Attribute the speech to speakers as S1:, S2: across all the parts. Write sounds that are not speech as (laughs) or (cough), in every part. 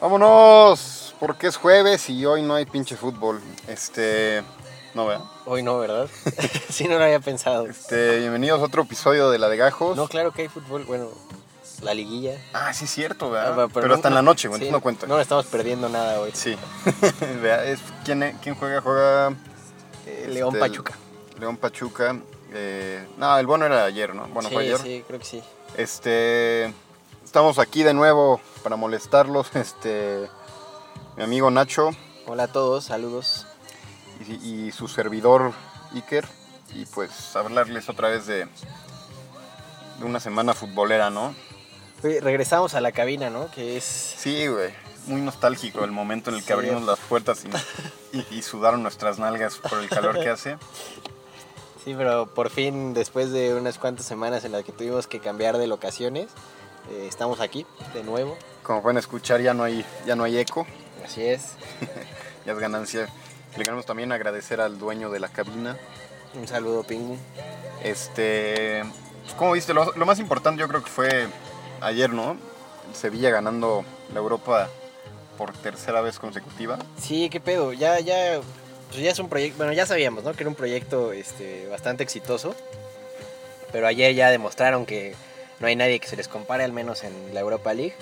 S1: Vámonos, porque es jueves y hoy no hay pinche fútbol. Este, no vea.
S2: Hoy no, ¿verdad?
S1: (laughs)
S2: (laughs) sí, no lo había pensado.
S1: Este, bienvenidos a otro episodio de La de Gajos.
S2: No, claro que hay fútbol, bueno, la liguilla.
S1: Ah, sí es cierto, vea.
S2: Ah,
S1: pero, hasta en
S2: no-
S1: la noche, güey,
S2: sí,
S1: entonces no cuenta.
S2: No estamos perdiendo nada hoy.
S1: Sí. (laughs) vea, es, ¿quién, eh, ¿quién juega? Juega
S2: Eh, León
S1: este,
S2: Pachuca.
S1: León Pachuca. Eh, no, el bueno era ayer, ¿no? Bueno,
S2: sí,
S1: fue ayer.
S2: sí, creo que sí.
S1: Este, estamos aquí de nuevo para molestarlos. (laughs) Este, mi amigo Nacho
S2: Hola a todos, saludos.
S1: y, y su servidor Iker. Y pues hablarles otra vez de, de una semana futbolera, ¿no?
S2: Oye, regresamos a la cabina, ¿no? Que es...
S1: Sí, güey. Muy nostálgico el momento en el que
S2: Sí.
S1: abrimos las puertas y, y- y sudaron nuestras nalgas por el calor que hace.
S2: Sí, pero por fin, después de unas cuantas semanas en las que tuvimos que cambiar de locaciones, eh, estamos aquí de nuevo.
S1: Como pueden escuchar, ya no hay, ya no hay eco.
S2: Así es.
S1: Ya es ganancia. Le queremos también agradecer al dueño de la cabina.
S2: Un saludo, Pingu.
S1: Este, pues, como viste, lo, lo más importante yo creo que fue ayer, ¿no? El Sevilla ganando la Europa por tercera vez consecutiva.
S2: Sí, qué pedo. Ya, ya, pues ya es un proyecto. Bueno, ya sabíamos, ¿no? Que era un proyecto este, bastante exitoso. Pero ayer ya demostraron que no hay nadie que se les compare, al menos en la Europa League.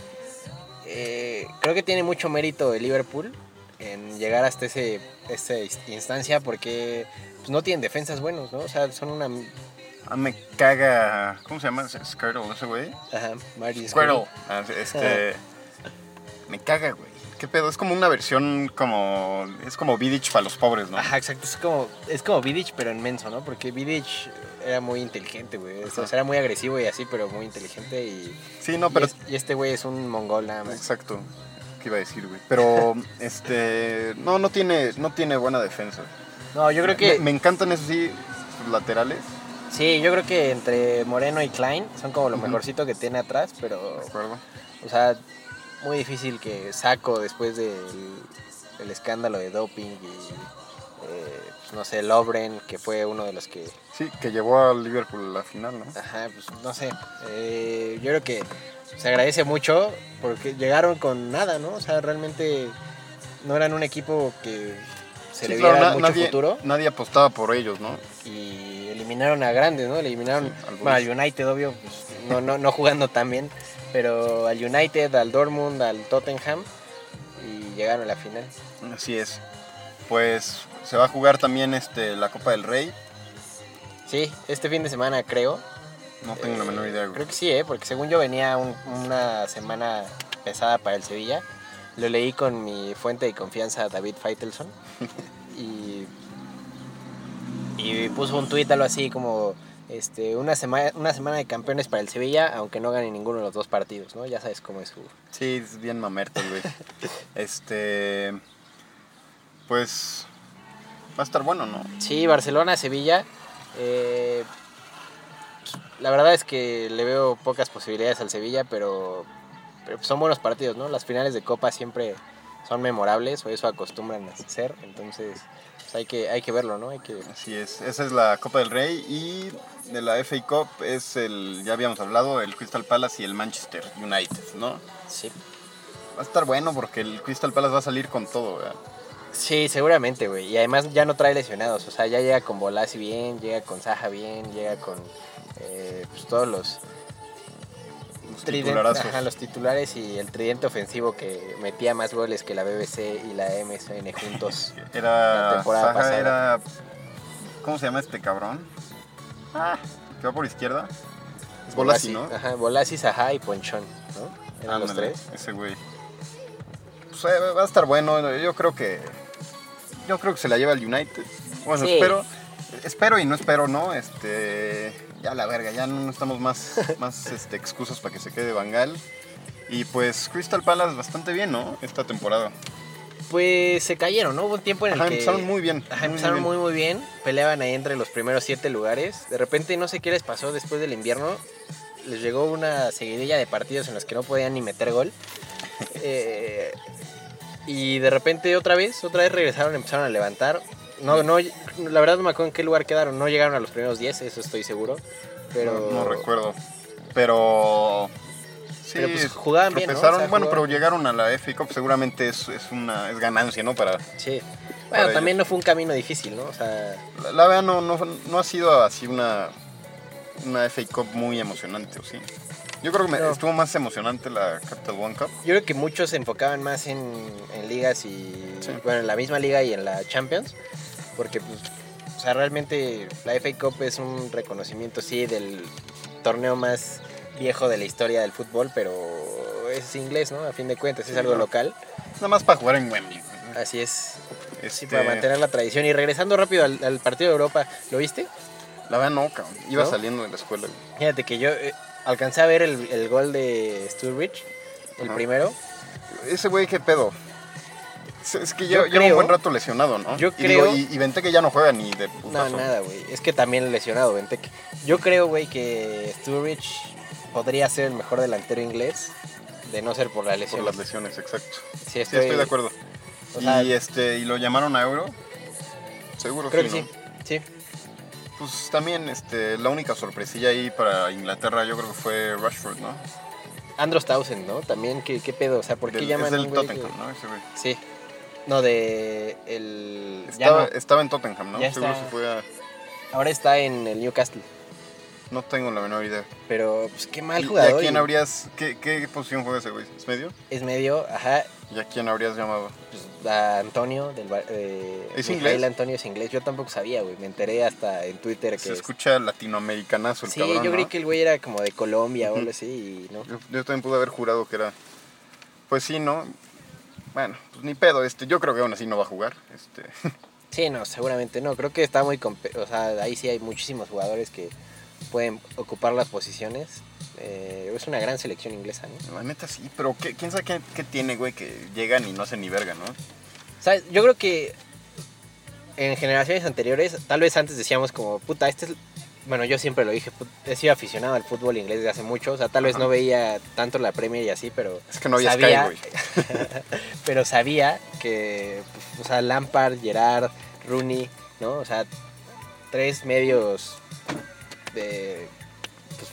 S2: Eh, creo que tiene mucho mérito el Liverpool en llegar hasta ese, esa is- instancia porque pues, no tienen defensas buenos, ¿no? O sea, son una.
S1: Ah, me caga. ¿Cómo se llama? ese Squirtle, ese güey.
S2: Ajá, Martin
S1: Squirtle. Ah, Este, me caga, güey. ¿Qué pedo? Es como una versión como. Es como Vidic para los pobres, ¿no?
S2: Ajá, exacto. Es como, es como Vidic, pero en menso, ¿no? Porque Vidic era muy inteligente, güey. O sea,
S1: Ajá.
S2: era muy agresivo y así, pero muy inteligente y.
S1: Sí, no, pero.
S2: Y, es- y este güey es un mongol nada más.
S1: Exacto. ¿Qué iba a decir, güey? Pero, (laughs) este. No, no tiene, no tiene buena defensa.
S2: No, yo creo que.
S1: Me, me encantan esos sí, sus laterales.
S2: Sí, yo creo que entre Moreno y Klein son como lo
S1: Ujú.
S2: mejorcito que tiene atrás, pero.
S1: De acuerdo.
S2: O sea, muy difícil que saco después del el escándalo de doping y. eh, pues, no sé, Lobren, que fue uno de los que.
S1: Sí, que llevó al Liverpool a la final, ¿no?
S2: Ajá, pues no sé. Eh, yo creo que se agradece mucho porque llegaron con nada, ¿no? O sea, realmente no eran un equipo que se
S1: Sí,
S2: le
S1: claro,
S2: viera
S1: na-
S2: mucho
S1: nadie,
S2: futuro.
S1: Nadie apostaba por ellos, ¿no?
S2: y eliminaron a grandes, ¿no? Eliminaron
S1: Sí, al
S2: bueno, al United, obvio, pues, no, no, no jugando tan bien, pero al United, al Dortmund, al Tottenham y llegaron a la final.
S1: Así es. Pues se va a jugar también este, la Copa del Rey.
S2: Sí, este fin de semana creo.
S1: No tengo la
S2: Eh,
S1: menor idea, güey.
S2: Creo que sí, ¿eh? porque según yo venía un- una semana pesada para el Sevilla. Lo leí con mi fuente de confianza, David
S1: (laughs)
S2: Feitelson. y, y puso un tuit algo así como este, una, semana, una semana de campeones para el Sevilla, aunque no gane ninguno de los dos partidos, ¿no? Ya sabes cómo es su...
S1: Sí, es bien mamerto, güey. (laughs) este. Pues. Va a estar bueno, ¿no?
S2: Sí, Barcelona, Sevilla. eh, la verdad es que le veo pocas posibilidades al Sevilla, pero, pero son buenos partidos, ¿no? Las finales de Copa siempre son memorables, o eso acostumbran a ser, entonces pues, hay, que, hay que verlo, ¿no? Hay que...
S1: Así es. Esa es la Copa del Rey. Y de la FA Cup es el. Ya habíamos hablado, el Crystal Palace y el Manchester United, ¿no?
S2: Sí,
S1: Va a estar bueno porque el Crystal Palace va a salir con todo, güey.
S2: sí seguramente, güey. Y además ya no trae lesionados, o sea, ya llega con Bolasi bien, llega con Saja bien, llega con eh, pues, todos los...
S1: Los
S2: Tridente-
S1: titularazos.
S2: ajá, los titulares y el tridente ofensivo que metía más goles que la BBC y la MSN juntos.
S1: Era.
S2: La temporada
S1: Saja
S2: pasada.
S1: era. ¿Cómo se llama este cabrón? Ah, que va por izquierda. Es (laughs) Bolasi, ¿no?
S2: Ajá, Bolasi, Sajá y Ponchón, ¿no? Eran los
S1: Ándale,
S2: tres.
S1: Ese güey. Pues eh, va a estar bueno. Yo creo que. Yo creo que se la lleva el United. Bueno,
S2: Sí.
S1: espero. Espero y no espero, ¿no? Este. Ya la verga, ya no necesitamos
S2: (laughs)
S1: más, más este, excusas para que se quede Bangal. Y pues Crystal Palace bastante bien, ¿no? Esta temporada.
S2: Pues se cayeron, ¿no? Hubo un tiempo en el
S1: Ajá,
S2: que...
S1: empezaron muy bien.
S2: Ajá, empezaron muy, muy bien. Peleaban ahí entre los primeros siete lugares. De repente, no sé qué les pasó después del invierno. Les llegó una seguidilla de partidos en los que no podían ni
S1: (laughs)
S2: meter gol. Eh, y de repente, otra vez, otra vez regresaron, empezaron a levantar. No, no, la verdad no me acuerdo en qué lugar quedaron. No llegaron a los primeros 10, eso estoy seguro. Pero.
S1: No, no recuerdo. Pero. Sí,
S2: Pero, pues, jugaban bien, ¿no?
S1: tropezaron.
S2: O sea,
S1: bueno, pero
S2: jugaban-
S1: llegaron a la FA Cup, seguramente es, es una es ganancia, ¿no? Para
S2: Sí.
S1: Para
S2: Bueno,
S1: ellos.
S2: también no fue un camino difícil, ¿no? O sea,
S1: la, la verdad no, no, no ha sido así una una FA Cup muy emocionante, ¿o sí? Yo creo que me-
S2: No.
S1: estuvo más emocionante la Capital One Cup.
S2: yo creo que muchos se enfocaban más en, en ligas y.
S1: Sí.
S2: Bueno, en la misma liga y en la Champions. Porque, pues. O sea, realmente la FA Cup es un reconocimiento, sí, del torneo más viejo de la historia del fútbol, pero es inglés, ¿no? A fin de cuentas, es
S1: Sí,
S2: algo
S1: claro.
S2: local.
S1: Nada más para jugar en Wembley.
S2: Así es. Sí,
S1: Este,
S2: para mantener la tradición. Y regresando rápido al, al partido de Europa, ¿lo viste?
S1: La verdad no, cabrón. Iba
S2: ¿No?
S1: saliendo de la escuela. güey.
S2: Fíjate que yo eh, alcancé a ver el, el gol de Sturridge, el
S1: Ajá.
S2: primero.
S1: Ese güey, ¿qué pedo? Es, es que
S2: Yo
S1: lleva, lleva
S2: creo-
S1: un buen rato lesionado, ¿no?
S2: yo
S1: y digo,
S2: creo-
S1: y, y vente que ya no juega ni de
S2: No,
S1: putazo.
S2: nada, güey. Es que también lesionado, Benteke. Yo creo, güey, que Sturridge podría ser el mejor delantero inglés de no ser por la lesión.
S1: Por las lesiones, exacto.
S2: Sí,
S1: Sí, estoy de acuerdo.
S2: o
S1: Y,
S2: sea-
S1: este, y lo llamaron a Euro. Seguro
S2: Creo
S1: sí,
S2: que sí.
S1: ¿no?
S2: Sí,
S1: Pues también este, la única sorpresilla ahí para Inglaterra yo creo que fue Rashford, ¿no?
S2: Andros Townsend, ¿no? También, ¿qué, qué pedo? O sea, ¿por qué
S1: Del-
S2: llaman
S1: es
S2: a
S1: del
S2: un güey que-
S1: Tottenham, ¿no? Ese güey.
S2: Sí. No, de... El... ya
S1: Estaba,
S2: no.
S1: estaba en Tottenham, ¿no?
S2: Ya
S1: Seguro
S2: está.
S1: se fue a...
S2: Ahora está en el Newcastle.
S1: No tengo la menor idea.
S2: Pero, pues, qué mal
S1: ¿Y-
S2: jugador.
S1: ¿Y a quién
S2: y-
S1: habrías... ¿Qué, qué posición juega ese güey? ¿Es medio?
S2: es medio, ajá,
S1: ¿Y a quién habrías llamado?
S2: pues, a Antonio del Bar- eh,
S1: ¿Es
S2: Mijail
S1: inglés?
S2: Antonio es inglés, yo tampoco sabía, güey, me enteré hasta en Twitter que
S1: Se
S2: es-
S1: escucha latinoamericanazo el
S2: Sí,
S1: Pues cabrón,
S2: yo creí
S1: ¿no?
S2: que el güey era como de Colombia o
S1: Ujú.
S2: algo así, y no.
S1: Yo, yo también pude haber jurado que era... Pues sí, ¿no? Bueno, pues ni pedo. Este, yo creo que aún así no va a jugar. Este,
S2: Sí, no, seguramente no, creo que está muy, compe- o sea, ahí sí hay muchísimos jugadores que pueden ocupar las posiciones. Eh, es una gran selección inglesa, ¿no?
S1: la neta sí, pero ¿qué- ¿quién sabe qué, qué tiene, güey? Que llegan y no hacen ni verga, ¿no?
S2: ¿Sabes? Yo creo que en generaciones anteriores, tal vez antes decíamos como, puta, este es... Bueno, yo siempre lo dije, put- he sido aficionado al fútbol inglés desde hace mucho, o sea, tal vez
S1: Ajá.
S2: no veía tanto la Premier y así, pero...
S1: Es que no había Sky,
S2: sabía,
S1: güey.
S2: (laughs) pero sabía que, pues, o sea, Lampard, Gerard, Rooney, ¿no? O sea, tres medios de, pues,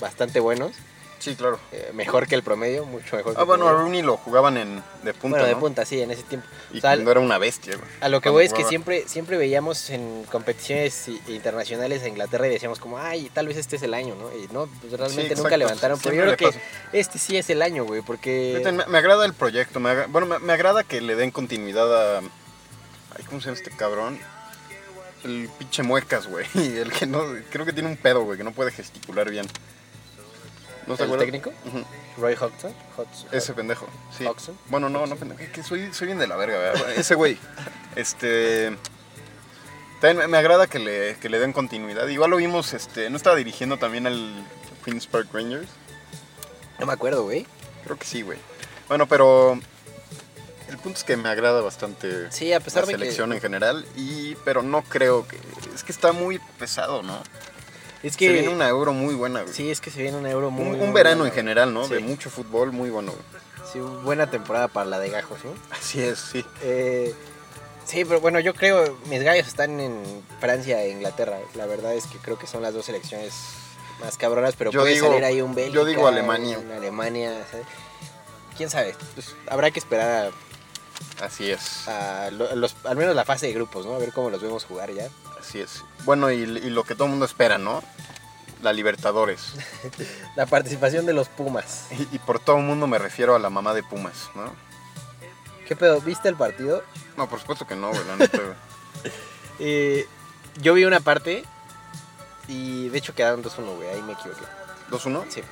S2: bastante buenos,
S1: Sí, claro.
S2: eh, mejor que el promedio, mucho mejor que
S1: Ah,
S2: el
S1: bueno, a
S2: promedio.
S1: Rooney lo jugaban en, de punta,
S2: Bueno, de
S1: ¿no?
S2: punta, sí, en ese tiempo.
S1: Y
S2: O sea,
S1: cuando era una bestia, güey.
S2: A lo que
S1: Cuando
S2: voy es que
S1: jugaba.
S2: siempre, siempre veíamos en competiciones i- internacionales a Inglaterra y decíamos como, ay, tal vez este es el año, ¿no? Y no, pues realmente
S1: Sí,
S2: nunca
S1: exacto.
S2: levantaron. Pero yo
S1: Siempre
S2: creo que
S1: le
S2: este sí es el año, güey,
S1: Fíjate,
S2: porque...
S1: Me, me agrada el proyecto. me agra- bueno, me, me agrada que le den continuidad a... Ay, ¿cómo se llama este cabrón? El pinche muecas, güey. (laughs) Y el que no... Creo que tiene un pedo, güey, que no puede gesticular bien. ¿No te
S2: ¿El
S1: acuerdas?
S2: técnico?
S1: Ujú,
S2: Roy Hodgson. Hodgson.
S1: Ese pendejo, sí.
S2: Oxen.
S1: Bueno, no, no pendejo. Es que soy, soy bien de la verga, ¿verdad? Ese güey. (laughs) Este... También me- me agrada que le, que le den continuidad. Igual lo vimos, este... ¿No estaba dirigiendo también al Queen's Park Rangers?
S2: No me acuerdo, güey.
S1: Creo que sí, güey. Bueno, pero el punto es que me agrada bastante
S2: Sí, a pesar
S1: la
S2: de que...
S1: selección en general, y pero no creo que... Es que está muy pesado, ¿no?
S2: Es
S1: Se
S2: que...
S1: viene una euro muy buena, güey.
S2: Sí, es que se viene un euro
S1: Un-
S2: muy...
S1: un,
S2: muy
S1: verano
S2: bueno,
S1: en general, ¿no?
S2: Sí.
S1: De mucho fútbol, muy bueno, güey.
S2: Sí, buena temporada para la de gajos, ¿no?
S1: Así es, sí.
S2: Eh, sí, pero bueno, yo creo, mis gallos están en Francia e Inglaterra. La verdad es que creo que son las dos selecciones más cabronas, pero
S1: Yo
S2: puede
S1: digo-
S2: salir ahí un Bélgica.
S1: yo digo Alemania.
S2: un Alemania, ¿sabes? ¿Quién sabe? Pues, habrá que esperar
S1: Así es,
S2: a, a lo- a los, al menos la fase de grupos, ¿no? A ver cómo los vemos jugar ya.
S1: así es. Bueno, y, y lo que todo el mundo espera, ¿no? La Libertadores.
S2: La participación de los Pumas.
S1: Y, y por todo el mundo me refiero a la mamá de Pumas, ¿no?
S2: ¿Qué pedo? ¿Viste el partido?
S1: No, por supuesto que no, güey, la neta, güey. (laughs)
S2: Eh, yo vi una parte y de hecho quedaron 2-1, güey. Ahí me equivoqué.
S1: 2-1,
S2: Sí.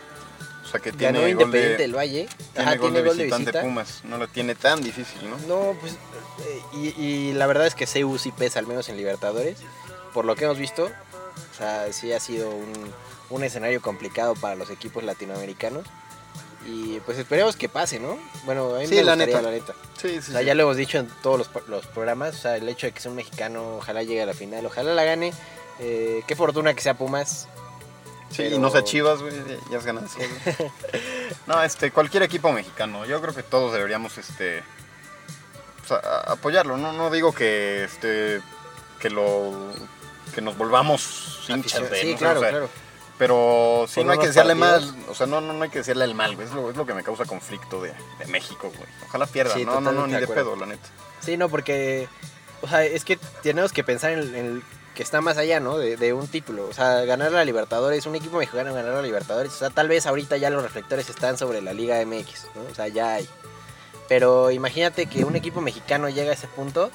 S1: o sea que tiene
S2: Ganó
S1: gol de-
S2: Independiente del Valle.
S1: Tiene
S2: Ajá,
S1: gol
S2: tiene
S1: de
S2: gol de
S1: visitante
S2: visita.
S1: Pumas. No la tiene tan difícil, ¿no?
S2: No, pues. eh, y, y la verdad es que CU sí pesa, al menos en Libertadores. Por lo que hemos visto, o sea, sí ha sido un, un escenario complicado para los equipos latinoamericanos. Y pues esperemos que pase, ¿no? Bueno, a mí
S1: Sí,
S2: me
S1: la
S2: gustaría,
S1: neta.
S2: la neta.
S1: Sí, sí.
S2: O sea, ya lo hemos dicho en todos los, pro- los programas. O sea, el hecho de que sea un mexicano, ojalá llegue a la final, ojalá la gane. Eh, qué fortuna que sea Pumas.
S1: y
S2: pero-
S1: no se chivas, güey. Ya es ganancia,
S2: (laughs)
S1: güey. No, este, cualquier equipo mexicano. Yo creo que todos deberíamos, este. pues, a- a- apoyarlo. No, no digo que este. que lo que nos volvamos hinchas de él,
S2: Sí,
S1: ¿no?
S2: claro,
S1: O sea,
S2: claro.
S1: Pero sí,
S2: Con
S1: no hay que
S2: unos
S1: decirle
S2: partidos.
S1: mal, o sea, no, no, no hay que decirle el mal, güey. Es lo, es lo que me causa conflicto de, de México, güey. Ojalá pierda,
S2: Sí,
S1: no, no, no,
S2: totalmente
S1: ni
S2: de
S1: de
S2: acuerdo.
S1: pedo, la neta.
S2: Sí, no, porque. O sea, es que tenemos que pensar en, en el que está más allá, ¿no? De, de un título. O sea, ganar la Libertadores, un equipo mexicano ganar la Libertadores. O sea, tal vez ahorita ya los reflectores están sobre la Liga MX, ¿no? O sea, ya hay. Pero imagínate que un equipo mexicano llega a ese punto.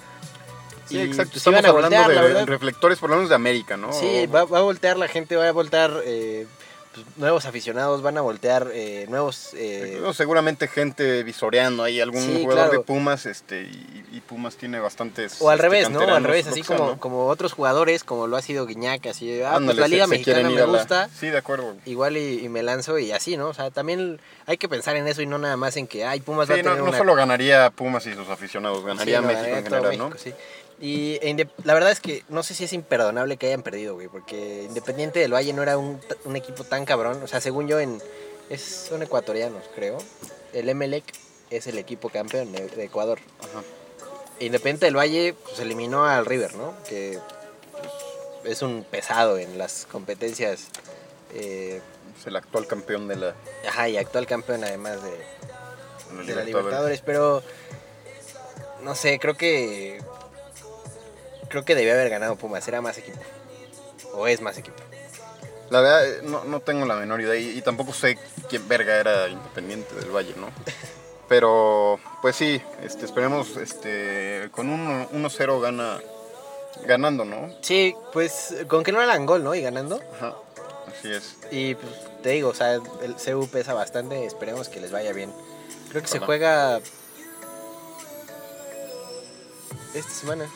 S1: Sí,
S2: y,
S1: exacto.
S2: pues,
S1: Estamos
S2: iban a
S1: hablando
S2: voltear, la
S1: de
S2: verdad.
S1: reflectores, por lo menos de América, Oh, ¿no? Eh,
S2: Sí,
S1: O-
S2: va, va a voltear la gente, va a voltear eh, pues, nuevos aficionados, van a voltear eh, nuevos. eh,
S1: No, seguramente gente visoreando ahí, algún
S2: Sí,
S1: jugador
S2: claro.
S1: de Pumas, este, y, y Pumas tiene bastantes.
S2: o al
S1: este,
S2: revés, ¿no? O al
S1: canteranos,
S2: revés,
S1: lo
S2: así
S1: que sea,
S2: como,
S1: ¿no?
S2: como otros jugadores, como lo ha sido Guiñac, así de, ah, pues
S1: Ándale,
S2: la
S1: se-
S2: Liga
S1: se quieren
S2: Mexicana
S1: ir
S2: me
S1: a la-
S2: gusta,
S1: Sí, de acuerdo. güey.
S2: igual y, y me lanzo y así, ¿no? O sea, también hay que pensar en eso y no nada más en que, ay, Pumas va a
S1: Sí,
S2: tener
S1: no, no
S2: una...
S1: solo ganaría Pumas y sus aficionados,
S2: Sí,
S1: ganaría
S2: no,
S1: México en
S2: ganaría todo
S1: general, ¿no?
S2: México, sí. Y e inde- la verdad es que no sé si es imperdonable que hayan perdido, güey, porque Independiente del Valle no era un, t- un equipo tan cabrón. O sea, según yo, en es, son ecuatorianos, creo. El Emelec es el equipo campeón de, de Ecuador.
S1: Ajá.
S2: Independiente del Valle pues, eliminó al River, ¿no? Que pues, es un pesado en las competencias. eh,
S1: Es el actual campeón de la,
S2: ajá, y actual campeón además de,
S1: de la
S2: de la
S1: Libertadores.
S2: Libertadores, pero no sé, creo que creo que debió haber ganado Pumas, era más equipo. O es más equipo.
S1: La verdad, eh, no, no tengo la menor idea y, y tampoco sé quién verga era Independiente del Valle,
S2: (laughs)
S1: ¿no? Pero, pues sí, este, esperemos, este, con un 1-0 gana, ganando, ¿no?
S2: Sí, pues con que no eran gol, ¿no? Y ganando.
S1: Ajá, así es.
S2: Y pues, te digo, o sea, el CU pesa bastante, esperemos que les vaya bien. Creo que se
S1: Ojalá.
S2: juega esta semana.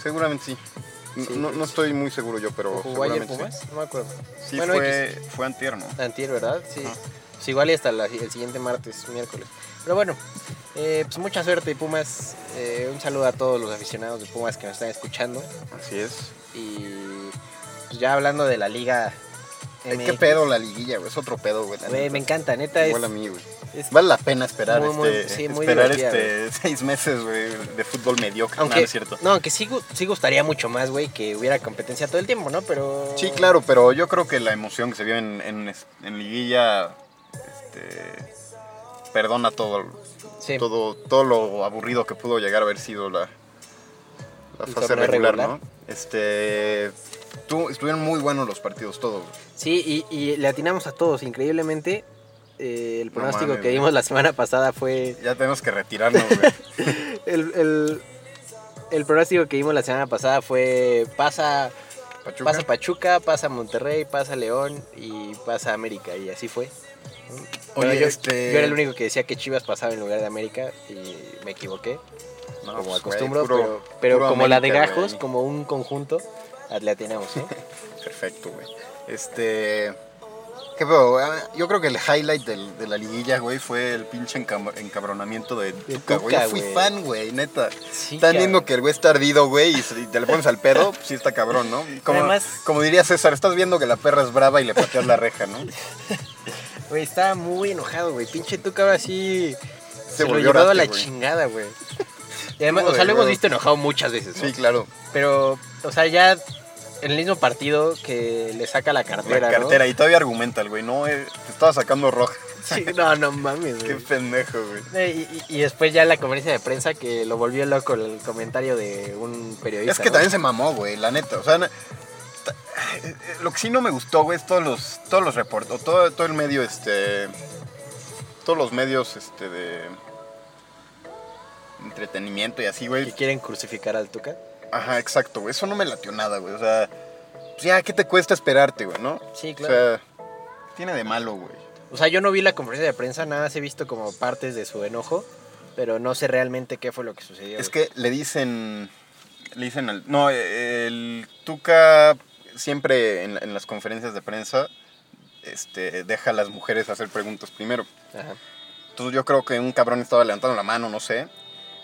S1: Seguramente sí. No-
S2: Sí,
S1: no, no estoy muy seguro yo, pero
S2: ¿O jugó ayer
S1: Oh, seguramente sí.
S2: Pumas? No me acuerdo.
S1: Sí,
S2: Bueno,
S1: fue, fue antier, ¿no?
S2: Antier, ¿verdad? Sí.
S1: Ajá.
S2: Pues igual y hasta la- el siguiente martes, miércoles. Pero bueno, eh, pues mucha suerte, Pumas. Eh, un saludo a todos los aficionados de Pumas que nos están escuchando.
S1: Así es.
S2: Y pues ya hablando de la liga.
S1: Ay,
S2: MX,
S1: Eh, ¿Qué pedo la liguilla, güey? Es otro pedo, güey. la
S2: güey,
S1: neta.
S2: me encanta, neta. Es,
S1: Igual a mí, güey.
S2: es-
S1: Vale la pena esperar
S2: Muy, muy-
S1: este,
S2: sí, muy
S1: esperar
S2: divertida,
S1: este (laughs) seis meses, güey, de fútbol mediocre. Ah,
S2: aunque,
S1: No, no es cierto.
S2: no, aunque sí, gu- sí gustaría mucho más, güey, que hubiera competencia todo el tiempo, ¿no? Pero.
S1: Sí, claro, pero yo creo que la emoción que se vive en, en, es- en liguilla este, perdona todo,
S2: Sí.
S1: todo, todo lo aburrido que pudo llegar a haber sido la, la
S2: El
S1: fase
S2: torneo
S1: regular, ¿no?
S2: regular.
S1: Este, tu- estuvieron muy buenos los partidos todos. güey.
S2: Sí, y, y le atinamos a todos, increíblemente. eh, el pronóstico
S1: mames,
S2: que
S1: güey.
S2: dimos la semana pasada fue
S1: Ya tenemos que retirarnos,
S2: (laughs)
S1: güey.
S2: El, el, el pronóstico que vimos la semana pasada fue pasa
S1: Pachuca.
S2: pasa Pachuca, pasa Monterrey, pasa León y pasa América y así fue. Bueno, yo,
S1: este,
S2: yo era el único que decía que Chivas pasaba en lugar de América y me equivoqué,
S1: no,
S2: como
S1: pues, güey,
S2: acostumbro,
S1: puro-
S2: pero, pero
S1: puro
S2: como la de
S1: América,
S2: gajos,
S1: güey.
S2: como un conjunto, ah, le
S1: (laughs)
S2: atinamos, ¿no?
S1: Perfecto, güey. Este. ¿Qué pedo? güey? Yo creo que el highlight del- de la liguilla, güey, fue el pinche encam- encabronamiento de Tuca, güey.
S2: Tuca,
S1: Yo fui
S2: güey.
S1: fan, güey, neta.
S2: Sí,
S1: Están
S2: cabrón.
S1: viendo que el güey está ardido, güey, y, se- y te le pones al pedo, pues sí está cabrón, ¿no? Como,
S2: Además-
S1: como diría César, estás viendo que la perra es brava y le pateas la reja, ¿no?
S2: Güey, estaba muy enojado, güey. Pinche Tuca ahora sí se, lo
S1: volvió
S2: llevaba a
S1: orate,
S2: la
S1: güey.
S2: chingada, güey.
S1: (laughs)
S2: Y además,
S1: Como
S2: o sea,
S1: de
S2: lo hemos
S1: huevo.
S2: visto enojado muchas veces, ¿no?
S1: Sí, claro.
S2: Pero, o sea, ya en el mismo partido que le saca la cartera,
S1: la cartera. Y todavía argumenta el güey, no, eh, te estaba sacando roja.
S2: ¿no? Sí, no, no mames,
S1: Qué
S2: güey.
S1: pendejo, güey.
S2: Eh, Y, y- y después ya la conferencia de prensa que lo volvió loco el comentario de un periodista.
S1: Es que
S2: ¿no?
S1: también se mamó, güey, la neta. O sea, na- ta- eh, eh, lo que sí no me gustó, güey, es todos los, todos los reportes, todo, todo el medio, este. Todos los medios, este, de. Entretenimiento y así,
S2: Que
S1: güey.
S2: quieren crucificar al Tuca.
S1: Ajá, exacto, güey. Eso no me latió nada, güey. O sea, pues ya, ¿qué te cuesta esperarte, güey, no?
S2: Sí, claro.
S1: O sea, tiene de malo, güey.
S2: O sea, yo no vi la conferencia de prensa, nada más he visto como partes de su enojo, pero no sé realmente qué fue lo que sucedió.
S1: Es
S2: güey.
S1: que le dicen. Le dicen al. No, eh, el Tuca siempre en, la- en las conferencias de prensa este, deja a las mujeres hacer preguntas primero.
S2: Ajá.
S1: Entonces yo creo que un cabrón estaba levantando la mano, no sé.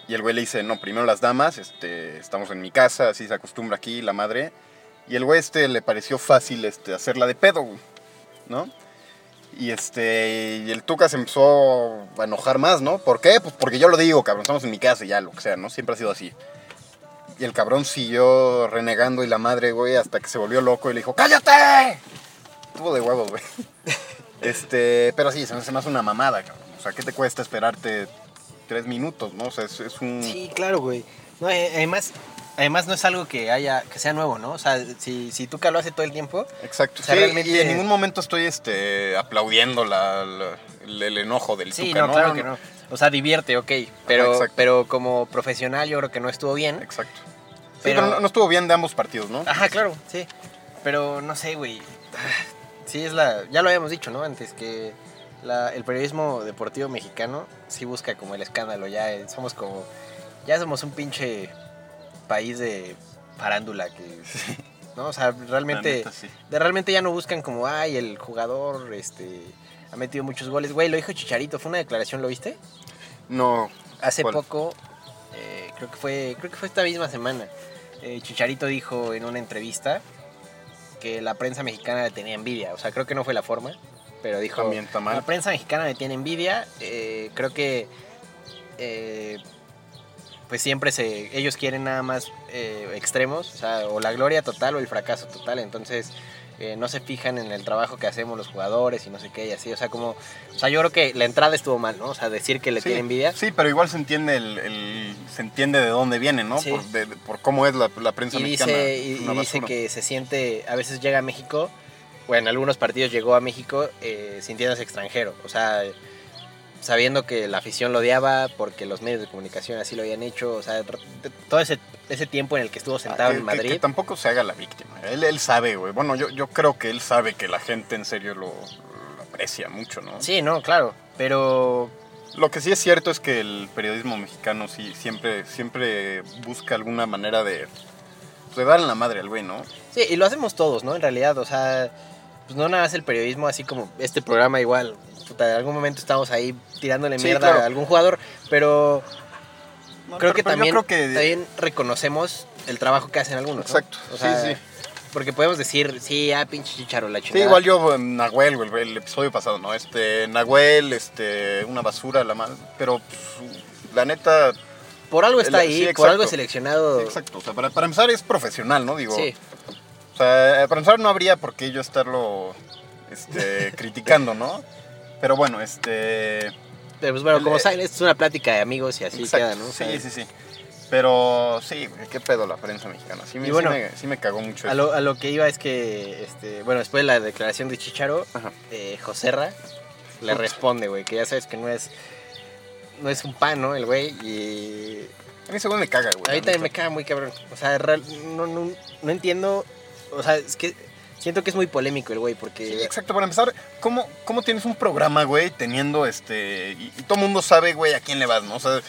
S1: Y el güey le dice, no, primero las damas, este, estamos en mi casa, así se acostumbra aquí, la madre. Y el güey este le pareció fácil este, hacerla de pedo, güey, ¿no? Y este, y el Tuca se empezó a enojar más, ¿no? ¿Por qué? Pues porque yo lo digo, cabrón, estamos en mi casa y ya, lo que sea, ¿no? Siempre ha sido así. Y el cabrón siguió renegando y la madre, güey, hasta que se volvió loco y le dijo, ¡cállate! Tuvo de huevo, güey. este, pero sí, se me hace más una mamada, cabrón. O sea, ¿qué te cuesta esperarte tres minutos, no? O sea, es, es un...
S2: Sí, claro, güey. No, eh, además, además no es algo que haya, que sea nuevo, ¿no? O sea, si, si Tuca lo hace todo el tiempo,
S1: Exacto.
S2: O sea,
S1: Sí,
S2: realmente-
S1: Y en ningún momento estoy este, aplaudiendo la, la- el, el enojo del
S2: sí,
S1: Tuca,
S2: no, claro que no. O sea, divierte, ok. Pero,
S1: exacto.
S2: pero como profesional yo creo que no Ah, estuvo bien.
S1: Exacto. Sí,
S2: Pero-
S1: pero, no, no estuvo bien de ambos partidos, ¿no?
S2: Ajá, claro, sí. Pero no sé, güey. (sighs) Sí, es la. Ya lo habíamos dicho, ¿no? Antes que la- el periodismo deportivo mexicano sí busca como el escándalo. Ya eh, somos como. Ya somos un pinche país de farándula que. ¿No? O sea,
S1: La
S2: realmente.
S1: neta, sí.
S2: de- realmente ya no buscan como, ay, el jugador este, ha metido muchos goles. Güey, lo dijo Chicharito, fue una declaración, ¿lo viste?
S1: No.
S2: Hace
S1: ¿Cuál?
S2: poco, eh, creo que fue, creo que fue esta misma semana. eh, Chicharito dijo en una entrevista que la prensa mexicana le tenía envidia. O sea, creo que no fue la forma, pero dijo.
S1: También está
S2: La
S1: mal.
S2: prensa mexicana me tiene envidia. eh, creo que. eh, pues siempre se. Ellos quieren nada más eh, extremos. O sea, o la gloria total o el fracaso total. Entonces. eh, no se fijan en el trabajo que hacemos los jugadores y no sé qué y así. O sea, como. O sea, yo creo que la entrada estuvo mal, ¿no? O sea, decir que le
S1: sí,
S2: tiene envidia.
S1: Sí, pero igual se entiende el, el- se entiende de dónde viene, ¿no?
S2: Sí.
S1: Por, de- de- por cómo es la, la prensa
S2: y
S1: mexicana.
S2: dice, y-
S1: es
S2: y
S1: una
S2: dice
S1: basura.
S2: que se siente, a veces llega a México, o en algunos partidos llegó a México eh, sintiéndose extranjero, o sea, sabiendo que la afición lo odiaba porque los medios de comunicación así lo habían hecho, o sea, r- t- todo ese, ese tiempo en el que estuvo sentado
S1: Ah, que-
S2: en
S1: que- Que,
S2: Madrid.
S1: tampoco se haga la víctima. Él, él sabe, güey. Bueno, yo, yo creo que él sabe que la gente en serio lo, lo aprecia mucho, ¿no?
S2: sí, no, claro, pero
S1: Lo que sí es cierto es que el periodismo mexicano sí siempre, siempre busca alguna manera de, pues, de darle la madre al güey, ¿no?
S2: Sí, y lo hacemos todos, ¿no? En realidad, o sea, pues no nada más el periodismo, así como este programa igual. Puta, en algún momento estamos ahí tirándole
S1: Sí,
S2: mierda
S1: claro.
S2: a algún jugador, pero
S1: No,
S2: creo
S1: pero-
S2: que
S1: pero yo
S2: también,
S1: creo que-
S2: también reconocemos el trabajo que hacen algunos. ¿no?
S1: Exacto,
S2: O sea,
S1: sí, sí.
S2: Porque podemos decir, sí, ah, pinche chicharo, la
S1: Sí,
S2: chingada.
S1: igual yo, eh, Nahuel, güey, el episodio pasado, ¿no? Este, Nahuel, este, una basura, la madre. Pero, pues, la neta,
S2: Por algo está
S1: el-
S2: ahí,
S1: sí,
S2: por
S1: exacto.
S2: algo es seleccionado.
S1: exacto. O sea, para, para empezar es profesional, ¿no? Digo,
S2: Sí,
S1: O sea, eh, para empezar no habría por qué yo estarlo este, (laughs) criticando, ¿no? Pero bueno, este.
S2: pero pues bueno, como
S1: el-
S2: saben, esto es una plática de amigos y así
S1: exacto.
S2: queda, ¿no? O sea,
S1: Sí, sí, sí. Pero sí, güey, qué pedo la prensa mexicana. Sí me,
S2: Y
S1: sí
S2: bueno,
S1: me- sí me cagó mucho.
S2: A
S1: eso.
S2: lo, a lo que iba es que, este, bueno, después de la declaración de Chicharo,
S1: Ajá.
S2: eh, Joserra le responde, güey, que ya sabes que no es, no es un pan, ¿no? El güey, y
S1: A mí ese güey me caga, güey.
S2: a
S1: la
S2: mí también me
S1: neta.
S2: caga muy cabrón. O sea, real- no, no, no entiendo, o sea, es que siento que es muy polémico el güey, porque...
S1: Sí, exacto, para empezar, ¿cómo, ¿cómo tienes un programa, güey, teniendo este. Y, y todo mundo sabe, güey, a quién le vas, ¿no? O sea,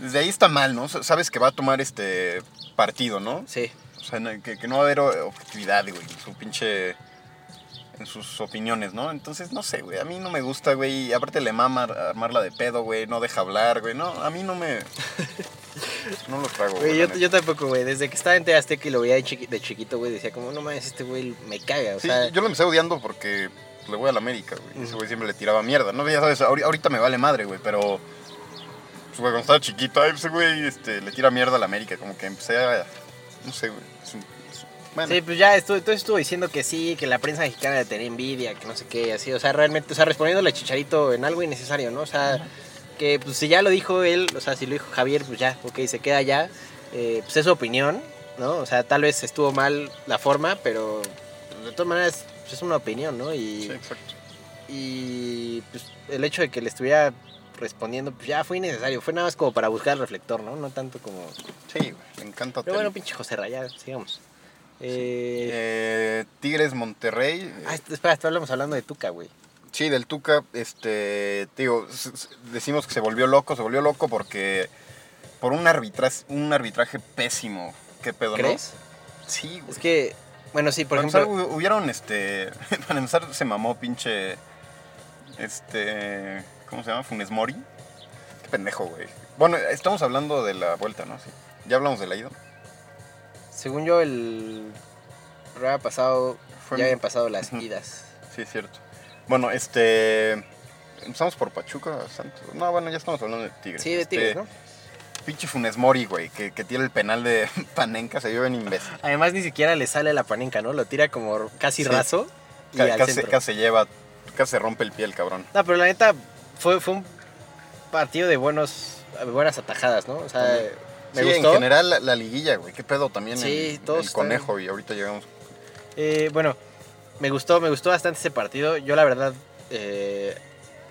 S1: desde ahí está mal, ¿no? Sabes que va a tomar este partido, ¿no?
S2: Sí,
S1: O sea, no- que, que no va a haber o- objetividad, güey, en su pinche... En sus opiniones, ¿no? Entonces, no sé, güey. A mí no me gusta, güey. y Aparte le mama ar- armarla de pedo, güey. No deja hablar, güey. No, a mí no (laughs) me... No lo trago,
S2: Güey,
S1: güey.
S2: yo,
S1: la
S2: yo tampoco, güey, desde que estaba en TV Azteca y lo veía de, chiqui- de chiquito, güey, decía como, no mames, este güey me caga, o
S1: neta. Sí,
S2: sea...
S1: yo lo empecé odiando porque le voy a la América, güey. Ese güey siempre le tiraba mierda. No, ya sabes, ahori- ahorita me vale madre, güey. Pero, pues, güey, cuando estaba chiquito, ay, ese güey este, le tira mierda a la América. Como que empecé a... No sé, güey. es un- es- Bueno,
S2: Sí, pues ya estuvo, entonces estuvo diciendo que sí, que la prensa mexicana le tenía envidia, que no sé qué, así, o sea, realmente, o sea, respondiéndole a Chicharito en algo innecesario, ¿no? O sea, que pues si ya lo dijo él, o sea, si lo dijo Javier, pues ya, ok, se queda ya, eh, pues es su opinión, ¿no? O sea, tal vez estuvo mal la forma, pero pues, de todas maneras pues, es una opinión, ¿no? Y,
S1: sí, exacto.
S2: y pues el hecho de que le estuviera respondiendo, pues ya fue innecesario, fue nada más como para buscar el reflector, ¿no? No tanto como...
S1: Sí, güey. Le encanta tener-
S2: Pero bueno, pinche José Raya, sigamos. Eh,
S1: Eh, Tigres Monterrey. eh,
S2: Ah, espera, estábamos hablando de Tuca, güey.
S1: sí, del Tuca, este, te digo, s- s- decimos que se volvió loco, se volvió loco porque por un arbitraje, un arbitraje pésimo. ¿Qué pedo, no?
S2: ¿Crees?
S1: Sí, güey.
S2: Es que, bueno, sí, por
S1: para empezar,
S2: ejemplo,
S1: hu- hubieron este, (laughs) para empezar se mamó pinche este, ¿cómo se llama? Funes Mori. Qué pendejo, güey. Bueno, estamos hablando de la vuelta, ¿no? Sí. Ya hablamos de la ida.
S2: según yo, el programa pasado
S1: Fue
S2: ya
S1: mi-
S2: habían pasado las
S1: Ujú.
S2: idas.
S1: Sí, es cierto. Bueno, este. Empezamos por Pachuca, Santos. No, bueno, ya estamos hablando de Tigres.
S2: Sí, de
S1: Este,
S2: Tigres, ¿no?
S1: pinche Funes Mori, güey, que, que tira el penal de (laughs) Panenka, se vio en imbécil.
S2: Además, ni siquiera le sale la panenca, ¿no? Lo tira como casi
S1: Sí.
S2: raso y
S1: Ca-
S2: al
S1: Casi,
S2: centro.
S1: casi se lleva, casi se rompe el pie el cabrón.
S2: No, pero la neta fue, fue un partido de buenos, buenas atajadas, ¿no? O sea, me
S1: Sí,
S2: gustó.
S1: en general la, la liguilla, güey, qué pedo también
S2: Sí,
S1: el,
S2: todos
S1: el
S2: están-
S1: conejo y ahorita llegamos.
S2: Eh, bueno, me gustó, me gustó bastante ese partido. Yo la verdad eh,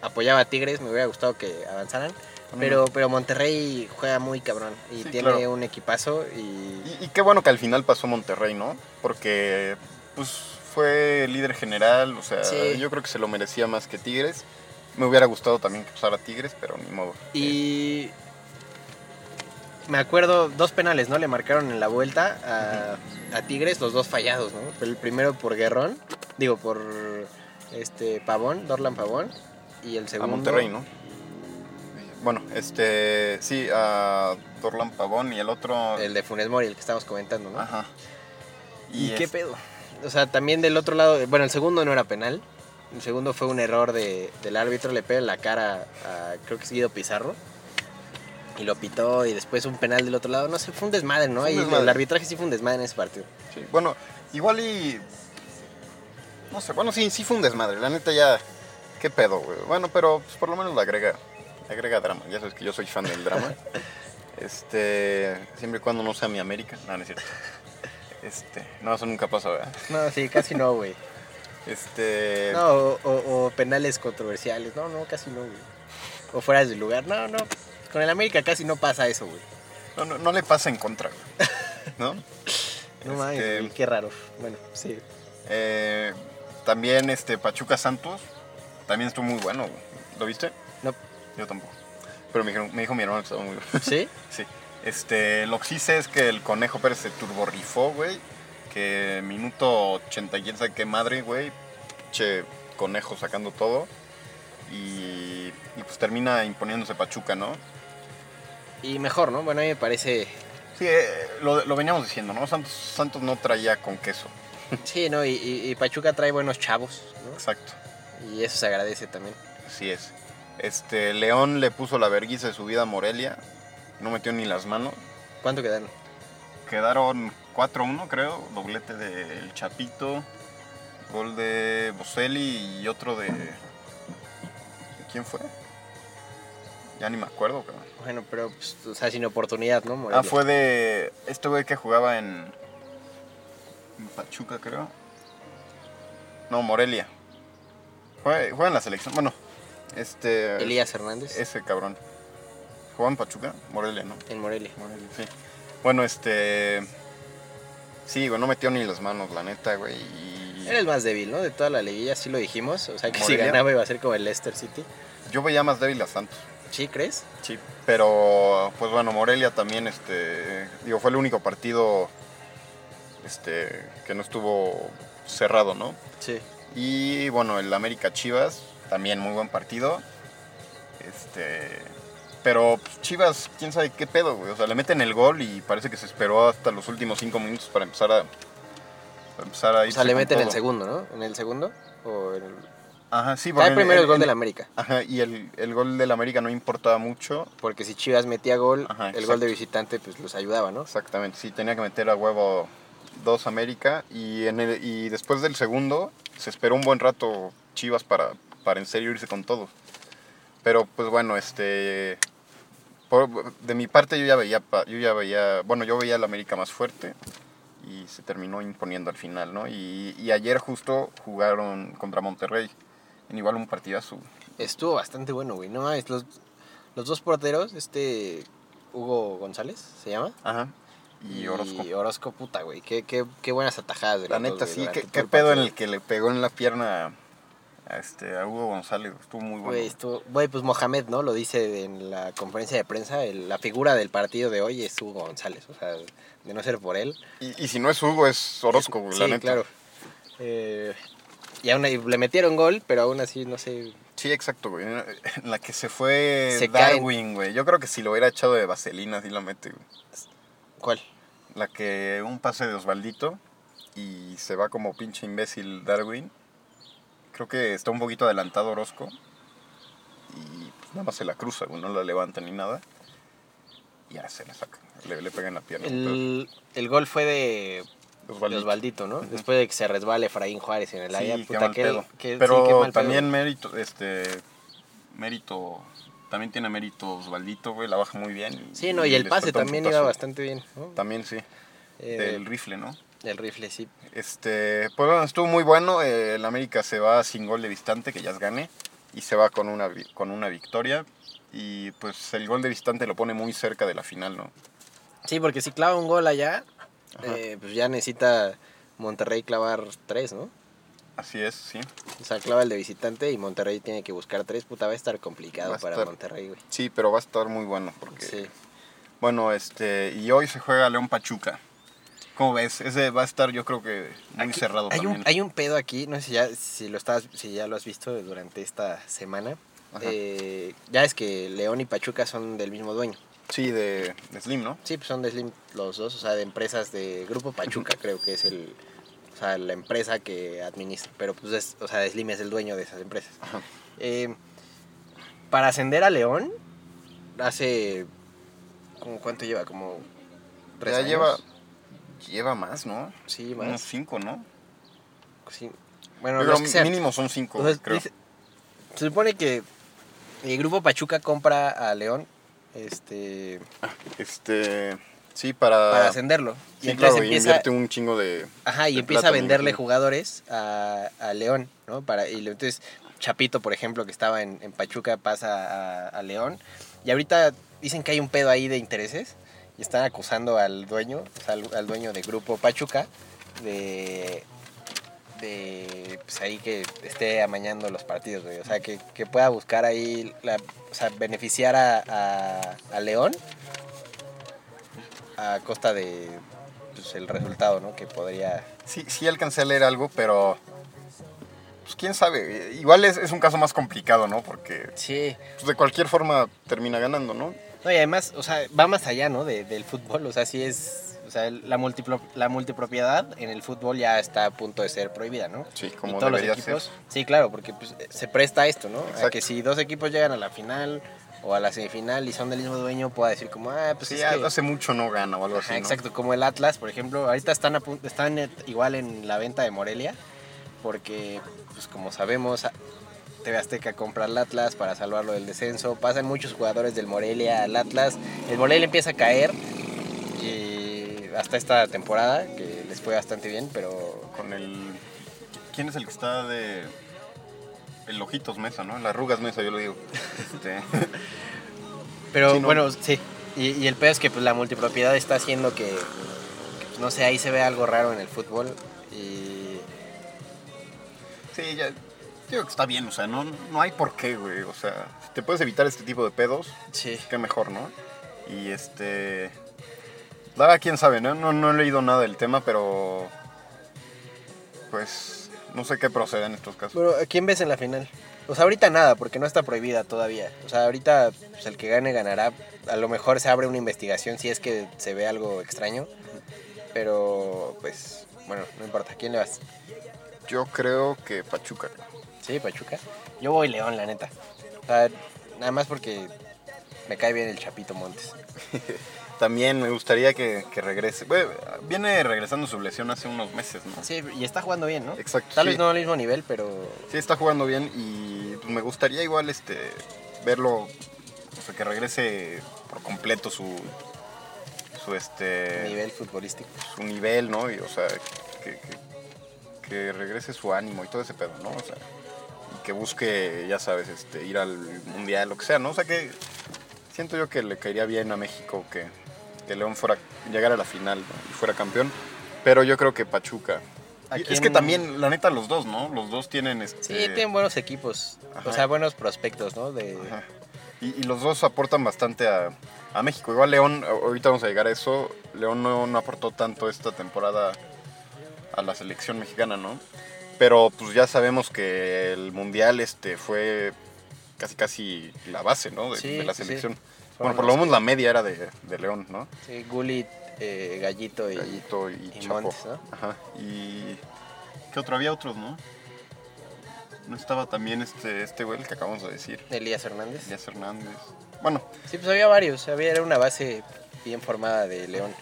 S2: apoyaba a Tigres, me hubiera gustado que avanzaran. Pero, pero Monterrey juega muy cabrón y
S1: Mm. Sí,
S2: tiene
S1: claro.
S2: un equipazo y...
S1: Y, y qué bueno que al final pasó Monterrey, ¿no? Porque pues fue líder general, o sea,
S2: Sí.
S1: yo creo que se lo merecía más que Tigres. Me hubiera gustado también que pasara Tigres, pero ni modo.
S2: Y me acuerdo, dos penales, ¿no? Le marcaron en la vuelta a, a Tigres, los dos fallados, ¿no? El primero por Guerrón, digo, por este Pavón, Dorlan Pavón, y el
S1: a
S2: segundo...
S1: Monterrey, ¿no? Bueno, este, sí, a Dorlan Pavón y el otro...
S2: El de Funes Mori, el que estamos comentando, ¿no?
S1: Ajá. este,
S2: ¿Y, este qué
S1: es-
S2: pedo? O sea, también del otro lado, bueno, el segundo no era penal. El segundo fue un error de- del árbitro, le pega en la cara a, creo que es Guido Pizarro. Y lo pitó y después un penal del otro lado. No sé, fue un desmadre,
S1: Fue
S2: ¿no?
S1: un
S2: Ahí
S1: desmadre.
S2: El arbitraje sí fue un desmadre en ese partido.
S1: sí, Bueno, igual y... No sé, bueno, sí, sí fue un desmadre. La neta ya... ¿Qué pedo, güey? Bueno, pero pues, por lo menos le agrega, le agrega drama. Ya sabes que yo soy fan del
S2: (laughs)
S1: drama. este... Siempre y cuando no sea mi América. No, no es cierto. Este... No, eso nunca pasa, ¿verdad?
S2: No, sí, casi no, güey.
S1: Este...
S2: No, o, o- o penales controversiales. No, no, casi no, güey. O fuera de lugar. No, no. Con el América casi no pasa eso, güey.
S1: No, no, no le pasa en contra, güey. ¿No?
S2: No mames,
S1: Este-
S2: güey, qué raro. Bueno, sí.
S1: Eh, también este Pachuca Santos. También estuvo muy bueno, güey. ¿Lo viste?
S2: No,
S1: Yo tampoco. Pero me, dijeron, me dijo mi hermano que estaba muy bueno. (laughs)
S2: ¿Sí?
S1: sí. Este, lo que sí sé es que el Conejo Pérez se turborrifó, güey. Que minuto 80 y quién sabe qué madre, güey. Che, Conejo sacando todo. Y, y pues termina imponiéndose Pachuca, ¿no?
S2: Y mejor, ¿no? Bueno, a mí me parece
S1: Sí, eh, lo, lo veníamos diciendo, ¿no? Santos, Santos no traía con queso.
S2: Sí, no, y, y- y Pachuca trae buenos chavos, ¿no?
S1: Exacto.
S2: Y eso se agradece también.
S1: Así es. Este, León le puso la vergüenza de su vida a Morelia. No metió ni las manos.
S2: ¿Cuánto quedaron?
S1: Quedaron 4-1, creo. Doblete del Chapito. Gol de Boselli y otro de. ¿Quién fue? Ya ni me acuerdo, cabrón.
S2: Bueno, pero, pues, o sea, sin oportunidad, ¿no? Morelia?
S1: Ah, fue de. Este güey que jugaba en. en Pachuca, creo. No, Morelia. Juega, juega en la selección. Bueno, este.
S2: Elías Hernández
S1: Ese cabrón. ¿Jugaba en Pachuca? Morelia, ¿no?
S2: en Morelia.
S1: Morelia, sí. Bueno, este. Sí, güey, no metió ni las manos, la neta, güey. y-
S2: Era el más débil, ¿no? De toda la liguilla, sí lo dijimos. O sea, que si
S1: Morelia.
S2: ganaba iba a ser como el Leicester City.
S1: Yo veía más débil a Santos.
S2: ¿Sí crees?
S1: Sí. Pero, pues bueno, Morelia también, este. Digo, fue el único partido. Este. Que no estuvo cerrado, ¿no?
S2: Sí.
S1: Y bueno, el América Chivas, también muy buen partido. Este. Pero pues, Chivas, quién sabe qué pedo, güey. O sea, le meten el gol y parece que se esperó hasta los últimos cinco minutos para empezar a. Para empezar a
S2: O
S1: irse
S2: sea, le
S1: con
S2: meten el
S1: todo.
S2: segundo, ¿no? En el segundo. O en el...
S1: Ajá, sí,
S2: Cae
S1: porque
S2: primero el gol del América.
S1: Ajá, y el, el gol del América no importaba mucho.
S2: Porque si Chivas metía gol,
S1: Ajá,
S2: el gol
S1: exacto.
S2: de visitante pues los ayudaba, ¿no?
S1: Exactamente, sí, tenía que meter a huevo dos América. Y, en el- y después del segundo, se esperó un buen rato Chivas para, para en serio irse con todo. Pero pues bueno, este. por- de mi parte, yo ya veía. pa- Yo ya veía bueno, yo veía al América más fuerte. Y se terminó imponiendo al final, ¿no? Y, y ayer justo jugaron contra Monterrey. En igual un partidazo.
S2: Estuvo bastante bueno, güey. No mames, los, los dos porteros, este Hugo González, ¿se llama?
S1: Ajá. Y Orozco.
S2: Y Orozco, puta, güey. Qué, qué, qué buenas atajadas. de
S1: La
S2: los dos,
S1: neta,
S2: güey,
S1: sí,
S2: durante
S1: qué,
S2: todo
S1: qué
S2: el
S1: pedo en
S2: partido.
S1: el que le pegó en la pierna a, este, a Hugo González. Estuvo muy bueno.
S2: Güey, estuvo- güey, pues Mohamed, ¿no? Lo dice en la conferencia de prensa. el- la figura del partido de hoy es Hugo González. O sea, de no ser por él.
S1: Y, y si no es Hugo, es Orozco, güey,
S2: sí,
S1: la neta.
S2: claro. Eh, y aún ahí le metieron gol, pero aún así, no sé.
S1: Sí, exacto, güey. En la que se fue
S2: Se caen.
S1: Darwin, güey. Yo creo que si lo hubiera echado de vaselina, sí la mete, güey.
S2: ¿Cuál?
S1: La que un pase de Osvaldito y se va como pinche imbécil Darwin. Creo que está un poquito adelantado Orozco. Y pues nada más se la cruza, güey. No la levanta ni nada. Ya se la saca. Le, le pega en la pierna.
S2: El, el gol fue de
S1: Los
S2: de Osvaldito, ¿no? Después de que se resbale Efraín Juárez en el área,
S1: Sí, qué
S2: puta,
S1: mal
S2: que,
S1: pedo.
S2: que- sí,
S1: Pero
S2: qué mal pedo.
S1: también mérito, este, mérito, también tiene mérito Osvaldito, güey, la baja muy bien.
S2: Sí, no, y el
S1: le
S2: pase
S1: suelta un
S2: también
S1: putazo.
S2: iba bastante bien, ¿no?
S1: También, sí,
S2: Eh,
S1: del rifle, ¿no?
S2: el rifle, sí.
S1: Este, pues bueno, estuvo muy bueno, eh, el América se va sin gol de distante, que ya es gane, y se va con una, vi- con una victoria, y pues el gol de distante lo pone muy cerca de la final, ¿no?
S2: Sí, porque si clava un gol allá, eh, pues ya necesita Monterrey clavar tres, ¿no?
S1: Así es, sí.
S2: O sea, clava el de visitante y Monterrey tiene que buscar tres, puta, va a estar complicado
S1: Va a
S2: para
S1: estar-
S2: Monterrey, güey.
S1: Sí, pero va a estar muy bueno, porque...
S2: Sí.
S1: Bueno, este, y hoy se juega León Pachuca. ¿Cómo ves? Ese va a estar, yo creo que muy
S2: Aquí
S1: cerrado
S2: hay
S1: también.
S2: Un, hay un pedo aquí, no sé si ya, si lo, estás, si ya lo has visto durante esta semana.
S1: Ajá.
S2: Eh, ya es que León y Pachuca son del mismo dueño.
S1: Sí, de, de Slim, ¿no?
S2: Sí, pues son de Slim los dos, o sea, de empresas de Grupo Pachuca, creo que es el, o sea, la empresa que administra, pero pues es, o sea, de Slim es el dueño de esas empresas.
S1: Ajá.
S2: Eh, para ascender a León, hace, ¿cómo ¿cuánto lleva? Como tres
S1: Ya
S2: años.
S1: lleva, lleva más, ¿no?
S2: Sí,
S1: Unos
S2: más.
S1: cinco, ¿no?
S2: sí. Bueno,
S1: Pero
S2: los que sean.
S1: mínimo son cinco,
S2: Entonces,
S1: creo.
S2: dice- se supone que el Grupo Pachuca compra a León, este,
S1: Este, sí, para...
S2: para ascenderlo.
S1: Ah. sí, claro, y invierte un chingo de...
S2: Ajá, y
S1: de
S2: empieza a
S1: plata, me
S2: venderle
S1: imagino.
S2: jugadores a, a León, ¿no? Para, y lo- entonces, Chapito, por ejemplo, que estaba en, en Pachuca, pasa a, a León. Y ahorita dicen que hay un pedo ahí de intereses y están acusando al dueño, o sea, al, al dueño de Grupo Pachuca, de, de pues ahí que esté amañando los partidos, güey. O sea, que, que pueda buscar ahí, la, o sea, beneficiar a, a- a León a costa de pues, el resultado, ¿no? Que podría
S1: Sí, sí alcancé a leer algo, pero... Pues quién sabe, igual es, es un caso más complicado, ¿no? Porque
S2: Sí.
S1: pues, de cualquier forma termina ganando, ¿no?
S2: No, y además, o sea, va más allá, ¿no? De- del fútbol. O sea, sí es. O sea, el- la, multiplo- la multipropiedad en el fútbol ya está a punto de ser prohibida, ¿no?
S1: Sí,
S2: Y
S1: como
S2: todos los
S1: debería ser.
S2: equipos. Sí, claro, porque pues, eh, se presta a esto, ¿no? A
S1: Exacto.
S2: que si dos equipos llegan a la final o a la semifinal y son del mismo dueño, pueda decir como, ah, pues
S1: Sí,
S2: es
S1: ya
S2: que-
S1: hace mucho no gana o algo
S2: Ajá,
S1: así, ¿no?
S2: exacto, como el Atlas, por ejemplo, ahorita están, a pun- están eh, igual en la venta de Morelia, porque, pues como sabemos, a- TV Azteca compra al Atlas para salvarlo del descenso, pasan muchos jugadores del Morelia al Atlas, el Morelia empieza a caer, y hasta esta temporada, que les fue bastante bien, pero
S1: Con el. ¿Quién es el que está de. El Ojitos Mesa, ¿no? El Arrugas Mesa, yo lo digo. Este, (laughs)
S2: Pero
S1: Sí, ¿no?
S2: bueno, sí. Y, y el peor es que pues, la multipropiedad está haciendo que, que, pues, no sé, ahí se ve algo raro en el fútbol. Y
S1: sí, ya. Yo creo que está bien, o sea, no, no hay por qué, güey. O sea, si te puedes evitar este tipo de pedos,
S2: sí.
S1: qué mejor, ¿no? Y este. La verdad, quién sabe, ¿no? No, no he leído nada del tema, pero. Pues. No sé qué procede en estos casos.
S2: Bueno, ¿a quién ves en la final? O sea, ahorita nada, porque no está prohibida todavía. O sea, ahorita pues, el que gane ganará. A lo mejor se abre una investigación si es que se ve algo extraño. Pero, pues, bueno, no importa. ¿Quién le vas?
S1: Yo creo que Pachuca.
S2: Sí, Pachuca. Yo voy León, la neta. O sea, nada más porque me cae bien el Chapito Montes.
S1: También me gustaría que, que regrese. Güey, viene regresando su lesión hace unos meses, ¿no?
S2: Sí, y está jugando bien, ¿no?
S1: Exacto.
S2: Tal
S1: sí.
S2: vez no al mismo nivel, pero
S1: Sí, está jugando bien y pues, me gustaría igual este verlo, o sea, que regrese por completo su su este
S2: nivel futbolístico.
S1: su nivel, ¿no? Y, o sea, que, que- que regrese su ánimo y todo ese pedo, ¿no? O sea, y que busque, ya sabes, este ir al mundial, lo que sea, ¿no? O sea, que siento yo que le caería bien a México que, que León fuera llegara a la final ¿no? y fuera campeón, pero yo creo que Pachuca.
S2: ¿A
S1: Y Es
S2: quién-
S1: que también, la neta, los dos, ¿no? Los dos tienen este.
S2: Sí, tienen buenos equipos.
S1: Ajá.
S2: O sea, buenos prospectos, ¿no? De...
S1: Ajá. Y, y los dos aportan bastante a, a México. Igual León, a- ahorita vamos a llegar a eso. León no, no aportó tanto esta temporada a la selección mexicana, ¿no? Pero pues ya sabemos que el mundial este fue casi casi la base, ¿no? De,
S2: Sí,
S1: de la
S2: sí, sí.
S1: selección.
S2: Fueron
S1: Bueno, por lo
S2: los
S1: menos la media era de, de León, ¿no?
S2: Sí, Gullit, eh, Gallito y...
S1: Gallito y,
S2: y
S1: Chapo.
S2: Montes, ¿no?
S1: Ajá. Y. ¿Qué otro? Había otros, ¿no? No estaba también este, este güey el que acabamos de decir.
S2: Elías Hernández.
S1: Elías Hernández. Bueno,
S2: Sí, pues había varios, había era una base bien formada de León.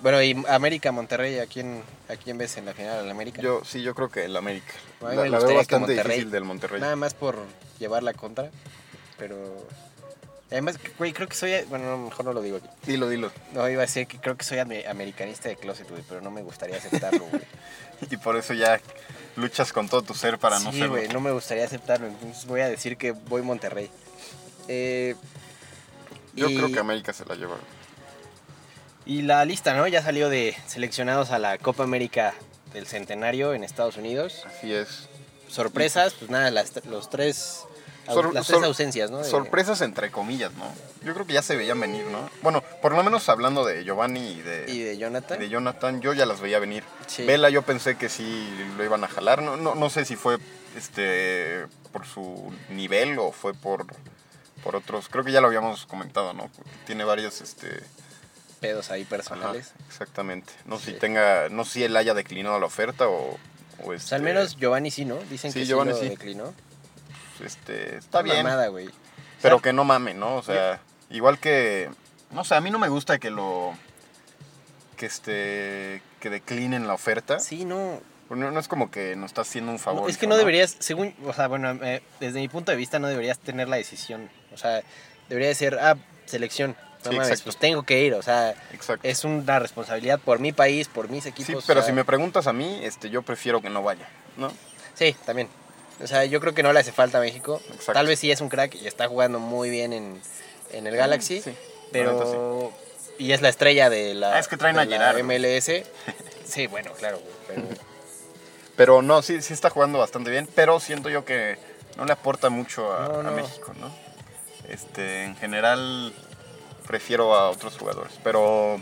S2: Bueno, y América, Monterrey, ¿a quién, a quién ves en la final al América?
S1: yo sí, yo creo que el América.
S2: A mí
S1: La, la
S2: me
S1: veo
S2: gustaría que
S1: bastante
S2: Monterrey-
S1: difícil del Monterrey.
S2: Nada más por llevar la contra, pero... Además, güey, creo que soy... Bueno, no, mejor no lo digo aquí.
S1: Dilo, dilo.
S2: No, iba a decir que creo que soy ame- americanista de closet, güey, pero no me gustaría aceptarlo, güey.
S1: Y por eso ya luchas con todo tu ser (laughs) para no
S2: sí,
S1: ser.
S2: güey, no me gustaría aceptarlo, entonces voy a decir que voy Monterrey. Eh,
S1: Yo
S2: y-
S1: creo que América se la lleva.
S2: Y la lista, ¿no? Ya salió de seleccionados a la Copa América del Centenario en Estados Unidos.
S1: Así es.
S2: Sorpresas, pues nada, las, los tres, au-
S1: Sor-
S2: las
S1: sor-
S2: tres ausencias, ¿no? De-
S1: Sorpresas entre comillas, ¿no? Yo creo que ya se veían venir, ¿no? Bueno, por lo menos hablando de Giovanni y de,
S2: Y de Jonathan.
S1: de Jonathan, yo ya las veía venir.
S2: Sí.
S1: Vela, yo pensé que sí lo iban a jalar. No, no, no sé si fue este por su nivel o fue por, por otros. Creo que ya lo habíamos comentado, ¿no? Tiene varias este,
S2: Pedos ahí
S1: Ajá,
S2: personales.
S1: exactamente. No sé
S2: Sí.
S1: si tenga, no sé si él haya declinado la oferta o, o
S2: O
S1: este,
S2: sea, al menos Giovanni sí, ¿no? Dicen
S1: Sí,
S2: que
S1: Giovanni
S2: sí lo
S1: sí.
S2: declinó.
S1: este, está bien,
S2: Mamada, güey.
S1: pero
S2: O sea,
S1: que no mame, ¿no? O sea, igual que, no sé, a mí no me gusta que lo, que este, que declinen la oferta.
S2: Sí, no.
S1: No, no es como que nos está haciendo un favor.
S2: no, es que
S1: hijo,
S2: no deberías, según, o sea, bueno, eh, desde mi punto de vista no deberías tener la decisión. O sea, debería de ser, ah, selección. No
S1: Sí,
S2: mames,
S1: exacto.
S2: pues tengo que ir, o sea,
S1: Exacto.
S2: es una responsabilidad por mi país, por mis equipos.
S1: sí,
S2: o
S1: pero
S2: sea,
S1: si me preguntas a mí, este, yo prefiero que no vaya, ¿no?
S2: Sí, también. O sea, yo creo que no le hace falta a México.
S1: Exacto.
S2: Tal vez sí es un crack y está jugando muy bien en, en el Galaxy.
S1: Sí, la neta sí.
S2: Pero. Y es la estrella de la,
S1: Ah, es que traen
S2: de
S1: a
S2: la
S1: Gerard, güey. (laughs)
S2: MLS. Sí, bueno, claro, güey, pero-
S1: Pero no, sí, sí está jugando bastante bien, pero siento yo que no le aporta mucho a,
S2: No,
S1: a
S2: no.
S1: México, ¿no? Este, en general prefiero a otros jugadores, pero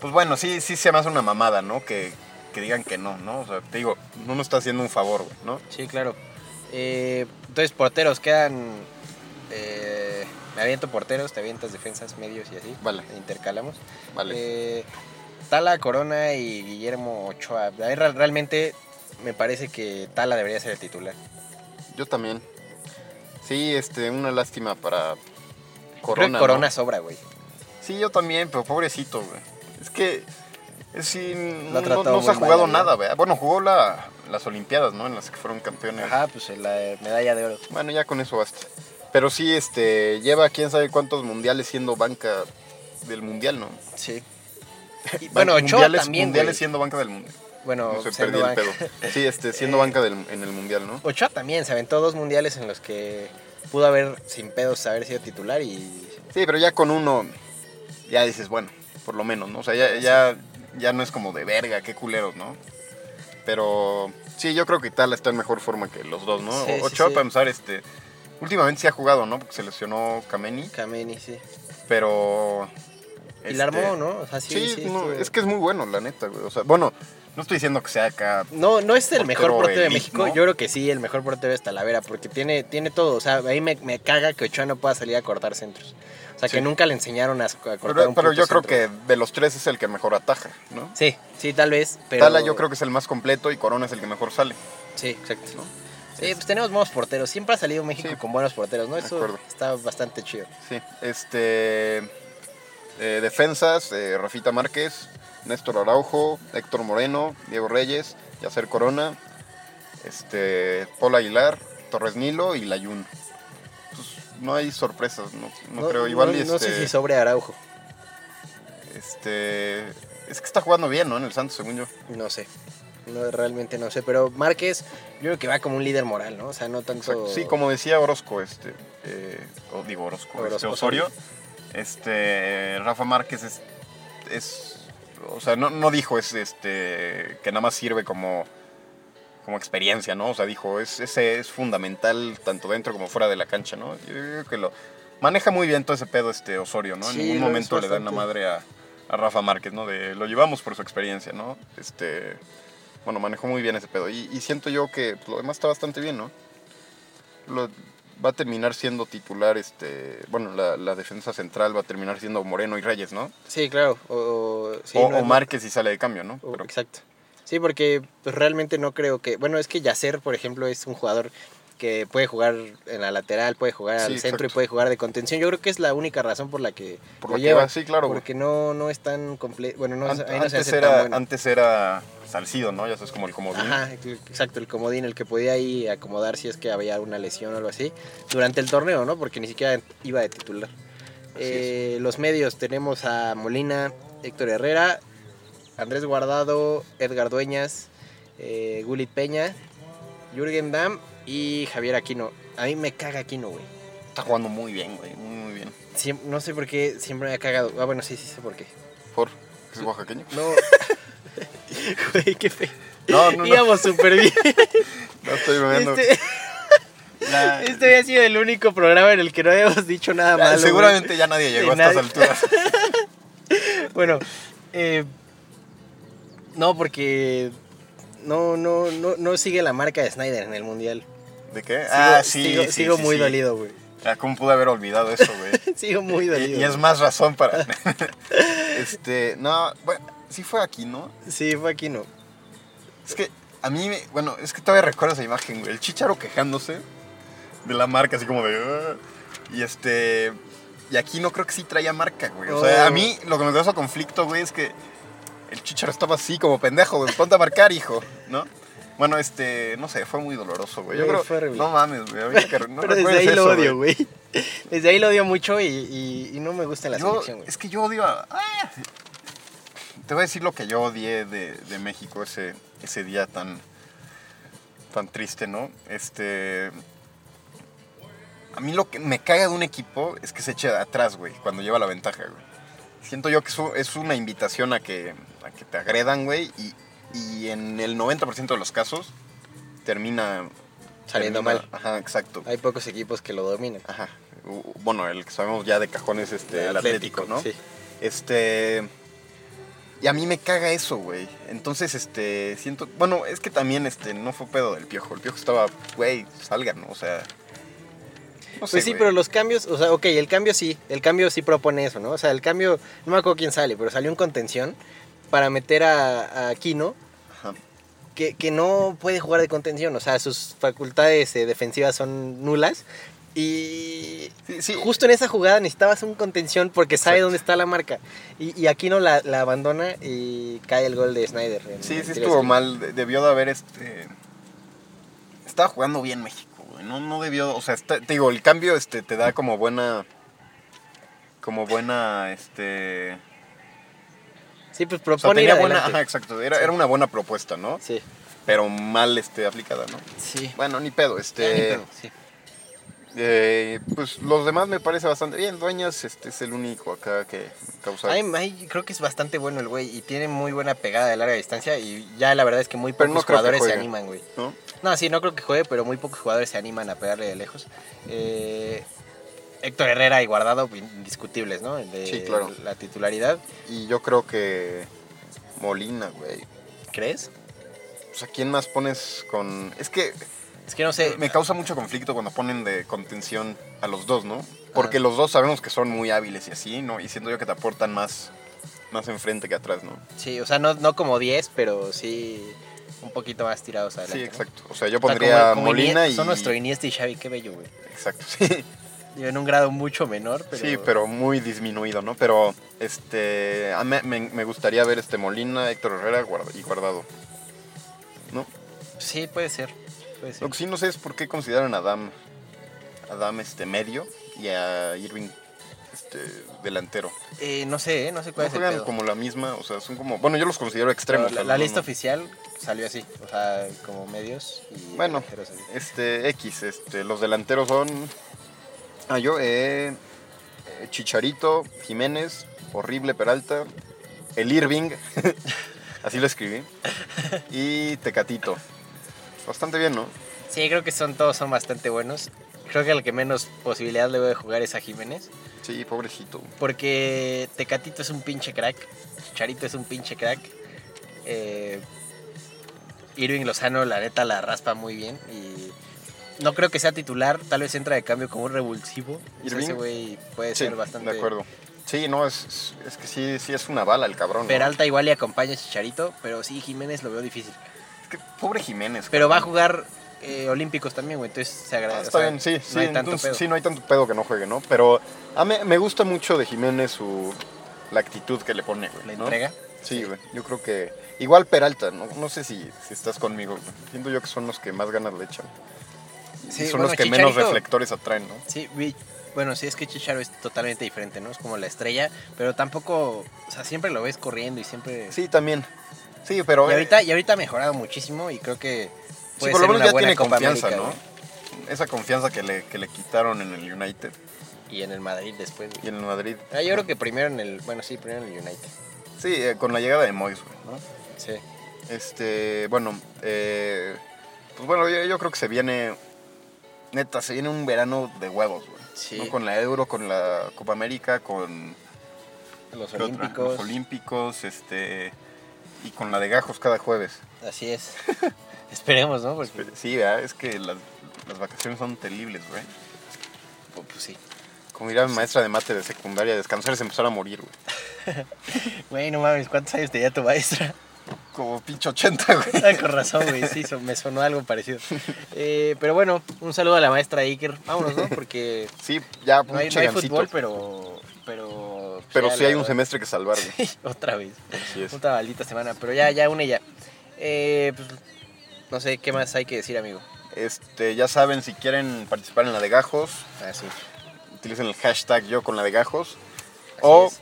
S1: pues bueno, sí, sí se me hace una mamada, ¿no? Que, que digan que no, ¿no? O sea, te digo, no nos está haciendo un favor, güey, ¿no?
S2: Sí, claro. Eh, entonces, porteros, quedan. eh, me aviento porteros, te avientas defensas, medios y así.
S1: Vale.
S2: Intercalamos.
S1: Vale.
S2: Eh, Tala, Corona y Guillermo Ochoa. A ver, re- realmente me parece que Tala debería ser el titular.
S1: Yo también. Sí, este, una lástima para
S2: Corona,
S1: Corona. ¿no?
S2: Corona sobra, güey.
S1: Sí, yo también, pero pobrecito, güey. Es que es sí,
S2: Lo
S1: no,
S2: ha tratado
S1: no se ha
S2: muy mal, ¿eh?
S1: jugado
S2: ¿no?
S1: nada, ¿verdad? Bueno, jugó la- las Olimpiadas, ¿no? En las que fueron campeones.
S2: Ajá, pues la medalla de oro.
S1: Bueno, ya con eso basta. Pero sí, este, lleva quién sabe cuántos mundiales siendo banca del mundial, ¿no?
S2: Sí. Y, bueno,
S1: Ban-
S2: Ochoa
S1: mundiales,
S2: también,
S1: Mundiales
S2: güey.
S1: siendo banca del mundial.
S2: Bueno,
S1: No se
S2: siendo
S1: perdí el
S2: banca.
S1: pedo. Sí, este, siendo
S2: (laughs) Eh.
S1: banca del- en el mundial, ¿no?
S2: Ochoa también se aventó dos mundiales en los que pudo haber, sin pedos, haber sido titular y...
S1: Sí, pero ya con uno, ya dices, bueno, por lo menos, ¿no? O sea, ya, ya, ya no es como de verga, qué culeros, ¿no? Pero sí, yo creo que Itala está en mejor forma que los dos, ¿no?
S2: Sí, sí,
S1: Ochoa,
S2: sí.
S1: para empezar, este, últimamente sí ha jugado, ¿no? Porque se lesionó Kameni,
S2: Kameni, sí.
S1: pero...
S2: Y la
S1: este,
S2: armó, ¿no? O sea, sí,
S1: Sí,
S2: sí,
S1: no,
S2: estuvo-
S1: es que es muy bueno, la neta, güey. O sea, bueno, no estoy diciendo que sea acá.
S2: No, no es el
S1: portero
S2: mejor portero de
S1: elite,
S2: México.
S1: ¿no?
S2: Yo creo que sí, el mejor portero es Talavera, porque tiene, tiene todo. O sea, ahí me, me caga que Ochoa no pueda salir a cortar centros. O sea,
S1: Sí.
S2: que nunca le enseñaron a, a cortar
S1: Pero,
S2: un
S1: pero
S2: puto
S1: yo creo
S2: centro.
S1: que de los tres es el que mejor ataja, ¿no?
S2: Sí, sí, tal vez, pero...
S1: Tala yo creo que es el más completo y Corona es el que mejor sale.
S2: Sí, exacto.
S1: ¿no?
S2: Sí, pues tenemos buenos porteros. Siempre ha salido México
S1: Sí.
S2: con buenos porteros, ¿no?
S1: De
S2: Eso
S1: acuerdo.
S2: está bastante chido.
S1: Sí. Este. eh, defensas: eh, Rafita Márquez, Néstor Araujo, Héctor Moreno, Diego Reyes, Yacer Corona, este, Paul Aguilar, Torres Nilo y Layun. Pues, no hay sorpresas, no, no creo. Igual y
S2: no, no sé
S1: este-
S2: si sobre Araujo.
S1: este, Es que está jugando bien, ¿no? En el Santos, según yo.
S2: No sé. No, realmente no sé. Pero Márquez, yo creo que va como un líder moral, ¿no? O sea, no tanto.
S1: Exacto. Sí, como decía Orozco, este, eh, o digo Orozco,
S2: Orozco,
S1: este, Osorio, este, Rafa Márquez es, es o sea, no, no dijo es, este, que nada más sirve como, como experiencia, ¿no? O sea, dijo, es, ese es fundamental tanto dentro como fuera de la cancha, ¿no? Yo creo que lo maneja muy bien todo ese pedo este Osorio, ¿no?
S2: Sí,
S1: en ningún
S2: lo es
S1: momento le dan la
S2: bastante.
S1: madre a, a Rafa Márquez, ¿no? De, lo llevamos por su experiencia, ¿no? Este, bueno, manejó muy bien ese pedo. Y, y siento yo que pues, lo demás está bastante bien, ¿no? Lo- va a terminar siendo titular, este, bueno, la, la defensa central va a terminar siendo Moreno y Reyes, ¿no?
S2: Sí, claro. O, o, sí,
S1: o,
S2: no
S1: o
S2: es-
S1: Márquez si sale de cambio, ¿no?
S2: o-
S1: Pero-
S2: Exacto. Sí, porque pues, realmente no creo que. Bueno, es que Yacer, por ejemplo, es un jugador que puede jugar en la lateral, puede jugar al
S1: Sí,
S2: centro y
S1: exacto.
S2: puede jugar de contención. Yo creo que es la única razón por la que
S1: Por
S2: lo
S1: lo que
S2: lleva.
S1: va, sí, claro, güey.
S2: Porque no, no es tan completo. Bueno, no, es-
S1: Ant-
S2: ahí no se
S1: antes,
S2: hace tan
S1: era,
S2: bueno.
S1: antes era Salcido, ¿no? Ya sabes, como el comodín.
S2: Ajá, exacto, el comodín, el que podía ahí acomodar si es que había una lesión o algo así durante el torneo, ¿no? Porque ni siquiera iba de titular.
S1: Así
S2: Eh, los medios tenemos a Molina, Héctor Herrera, Andrés Guardado, Edgar Dueñas, eh, Gullit Peña, Jürgen Damm y Javier Aquino. A mí me caga Aquino, güey.
S1: Está jugando muy bien, güey. Muy, muy bien.
S2: Siem- no sé por qué siempre me ha cagado. Ah, bueno, sí, sí sé por qué.
S1: Por. ¿Es
S2: (laughs)
S1: oaxaqueño?
S2: No. Güey, qué fe.
S1: No, no, no.
S2: Íbamos súper bien.
S1: No estoy bebiendo.
S2: Este-
S1: La-
S2: Este había sido el único programa en el que no habíamos (laughs) dicho nada
S1: la-
S2: malo. güey.
S1: seguramente ya nadie llegó a estas
S2: Nadie- (laughs)
S1: alturas.
S2: Bueno, eh, no, porque no, no, no, no sigue la marca de Snyder en el mundial.
S1: ¿De qué?
S2: Sigo,
S1: ah, sí.
S2: Sigo,
S1: sí,
S2: sigo
S1: sí,
S2: muy
S1: sí.
S2: dolido, güey. (laughs)
S1: Ah, ¿Cómo pude haber olvidado eso, güey?
S2: Sigo (laughs) muy
S1: Y,
S2: dolido.
S1: y es más razón
S2: (laughs)
S1: para. (laughs) este, no, bueno, sí fue aquí, ¿no?
S2: Sí, fue aquí no.
S1: Es que a mí, me- bueno, es que todavía recuerdo esa imagen, güey. El chicharo quejándose de la marca, así como de. "Ah". Y este. Y aquí no creo que sí traía marca, güey. O sea,
S2: Oh.
S1: a mí lo que me causó conflicto, güey, es que el chicharo estaba así como pendejo, güey. Ponte a marcar, hijo, ¿no? Bueno, este, no sé, fue muy doloroso, güey. Yo
S2: Güey,
S1: creo.
S2: fue horrible.
S1: No mames, güey. había que- No
S2: (laughs) Pero desde
S1: recuerdes
S2: ahí lo
S1: eso,
S2: odio, güey. (laughs) Desde ahí lo odio mucho y, y- y no me gusta la
S1: Yo-
S2: selección, güey.
S1: es que yo odio a... ¡Ah! Te voy a decir lo que yo odié de, de México ese, ese día tan, tan triste, ¿no? Este... A mí lo que me caga de un equipo es que se eche atrás, güey, cuando lleva la ventaja, güey. Siento yo que eso es una invitación a que, a que te agredan, güey, y, y en el 90% de los casos termina...
S2: Saliendo
S1: termina-
S2: mal.
S1: Ajá, exacto.
S2: Hay pocos equipos que lo dominan.
S1: Ajá. U- Bueno, el que sabemos ya de cajones es este, el Atlético, ¿no?
S2: Sí.
S1: Este. Y a mí me caga eso, güey. Entonces, este. Siento. Bueno, es que también, este. No fue pedo del piojo. El piojo estaba, güey, salgan, ¿no? O sea. No sé,
S2: Pues sí,
S1: güey.
S2: pero los cambios, o sea, ok, el cambio sí, el cambio sí propone eso, ¿no? O sea, el cambio, no me acuerdo quién sale, pero salió un contención para meter a, a Kino,
S1: Ajá.
S2: que, que no puede jugar de contención, o sea, sus facultades eh, defensivas son nulas. Y
S1: Sí, sí.
S2: justo en esa jugada necesitabas un contención porque sabe
S1: Exacto.
S2: dónde está la marca. Y, y Aquino la, la abandona y cae el gol de Snyder. en
S1: Sí,
S2: el
S1: sí
S2: tiro de
S1: estuvo
S2: esquina.
S1: mal. De- Debió de haber este. Estaba jugando bien México, güey. No, no debió. O sea, está- te digo, el cambio este, te da como buena. Como buena. Este.
S2: Sí, pues
S1: O sea,
S2: propone ir
S1: tenía buena.
S2: adelante.
S1: Ajá, exacto. Era, era una buena propuesta, ¿no?
S2: Sí,
S1: Pero mal este, aplicada, ¿no?
S2: sí.
S1: Bueno, ni pedo. Este.
S2: sí.
S1: Eh, pues los demás me parece bastante bien. Dueñas este es el único acá que causa.
S2: Ay, ay, creo que es bastante bueno el güey y tiene muy buena pegada de larga distancia y ya la verdad es que muy
S1: Pero
S2: pocos
S1: no creo que
S2: jugadores se
S1: juegue.
S2: animan, güey.
S1: ¿no?
S2: No, sí, no creo que juegue, pero muy pocos jugadores se animan a pegarle de lejos. Eh, Héctor Herrera y Guardado, indiscutibles, ¿no? De
S1: Sí, claro.
S2: La titularidad,
S1: Y yo creo que Molina, güey.
S2: ¿crees?
S1: O sea, ¿quién más pones con.? Es que
S2: Es que no sé.
S1: me causa mucho conflicto cuando ponen de contención a los dos, ¿no? Porque los dos sabemos que son muy hábiles y así, ¿no? Y siento yo que te aportan más, más enfrente que atrás, ¿no?
S2: Sí, o sea, no, no como 10, pero sí un poquito más tirados adelante.
S1: Sí,
S2: ¿no?
S1: exacto. O sea, yo
S2: O sea,
S1: pondría
S2: como- como
S1: Molina
S2: Iniesta-
S1: y.
S2: Son nuestro Iniesta y Xavi, qué bello, güey.
S1: Exacto, (laughs) sí.
S2: Digo, En un grado mucho menor, pero...
S1: Sí, pero muy disminuido, ¿no? Pero este a mí- me, me gustaría ver este Molina, Héctor Herrera Guard- y Guardado. ¿No?
S2: Sí, puede ser. Puede ser.
S1: Lo que sí no sé es por qué consideran a Adam, a Adam, este medio y a Irving este, delantero.
S2: Eh, no sé, ¿eh? no sé
S1: No
S2: cuál es el
S1: juegan
S2: pedo.
S1: como la misma, o sea, son como, bueno, yo los considero
S2: Pero
S1: extremos.
S2: la,
S1: a los
S2: la
S1: dos,
S2: lista
S1: ¿no?
S2: oficial salió así, o sea, como medios y
S1: Bueno.
S2: delanteros así.
S1: Este X, este los delanteros son ah yo eh, eh, Chicharito, Jiménez, horrible Peralta, el Irving, (laughs) así lo escribí y Tecatito. Bastante bien, ¿no?
S2: Sí, creo que son todos son bastante buenos. Creo que el que menos posibilidad le voy a jugar es a Jiménez,
S1: Sí, pobrecito.
S2: porque Tecatito es un pinche crack, Charito es un pinche crack. eh, Irving Lozano, la neta, la raspa muy bien y no creo que sea titular, tal vez entra de cambio como un revulsivo. O sea,
S1: Irving.
S2: ese güey puede
S1: Sí,
S2: ser bastante...
S1: de acuerdo. Sí, no es, es- es que sí sí es una bala el cabrón. ¿no?
S2: Peralta igual y acompaña a Chicharito, pero sí, Jiménez lo veo difícil.
S1: Es que pobre Jiménez.
S2: Pero va a
S1: cabrón.
S2: jugar eh, olímpicos también, güey. Entonces se agradece.
S1: Ah, Está
S2: o sea,
S1: bien, sí, sí,
S2: No hay tanto
S1: entonces,
S2: pedo.
S1: sí, no hay tanto pedo que no juegue, ¿no? Pero a mí, me gusta mucho de Jiménez su, la actitud que le pone, güey.
S2: La
S1: ¿no?
S2: entrega.
S1: Sí, güey. Yo creo que. Igual Peralta, no, no sé si, si estás conmigo. güey. Siento yo que son los que más ganas le echan.
S2: Sí,
S1: Y son
S2: bueno,
S1: los que menos
S2: Chicharito-
S1: reflectores atraen, ¿no?
S2: Sí, vi- bueno, sí, es que Chicharo es totalmente diferente, ¿no? Es como la estrella, pero tampoco, o sea, siempre lo ves corriendo y siempre...
S1: Sí, también. Sí, pero.
S2: Y
S1: eh,
S2: ahorita, y ahorita ha mejorado muchísimo y creo que...
S1: sí,
S2: puede
S1: por lo
S2: ser
S1: menos
S2: una
S1: ya
S2: buena
S1: tiene
S2: Copa
S1: confianza,
S2: América,
S1: ¿no? Esa confianza que le, que le quitaron en el United
S2: güey. Y en el Madrid después. güey.
S1: y en el Madrid.
S2: Ah, yo creo que primero en el... Bueno, sí, primero en el United.
S1: Sí, eh, con la llegada de Moyes, güey, ¿no?
S2: Sí.
S1: Este, bueno, eh, pues bueno, yo, yo creo que se viene, neta, se viene un verano de huevos, güey.
S2: Sí.
S1: ¿no? Con la Euro, con la Copa América, con
S2: Los
S1: ¿qué otra?
S2: Olímpicos.
S1: los Olímpicos, este, y con la de gajos cada jueves.
S2: Así es. (laughs) Esperemos, ¿no? Porque,
S1: Sí, ¿verdad? es que las, las vacaciones son terribles, güey.
S2: pues, pues sí.
S1: Como diría mi maestra de mate de secundaria, descansar es empezar a morir, güey.
S2: Güey, no mames, ¿cuántos años tenía tu maestra?
S1: Como pinche 80, güey.
S2: Ah, con razón, güey, sí, so- me sonó algo parecido. Eh, pero bueno, un saludo a la maestra Iker. Vámonos, ¿no? Porque
S1: Sí, ya,
S2: no hay,
S1: pinche
S2: no hay
S1: gancito.
S2: fútbol, pero... Pero, pues
S1: Pero
S2: ya
S1: sí hay
S2: la-
S1: un semestre Este. que salvar,
S2: (laughs)
S1: güey.
S2: Otra vez.
S1: Así es.
S2: Puta maldita semana, pero ya, ya, una y ya. Eh, pues, no sé, ¿qué más hay que decir, amigo?
S1: Este, ya saben, si quieren participar en la de gajos,
S2: Ah, sí.
S1: utilicen el hashtag yo con la de gajos
S2: Así
S1: o
S2: es.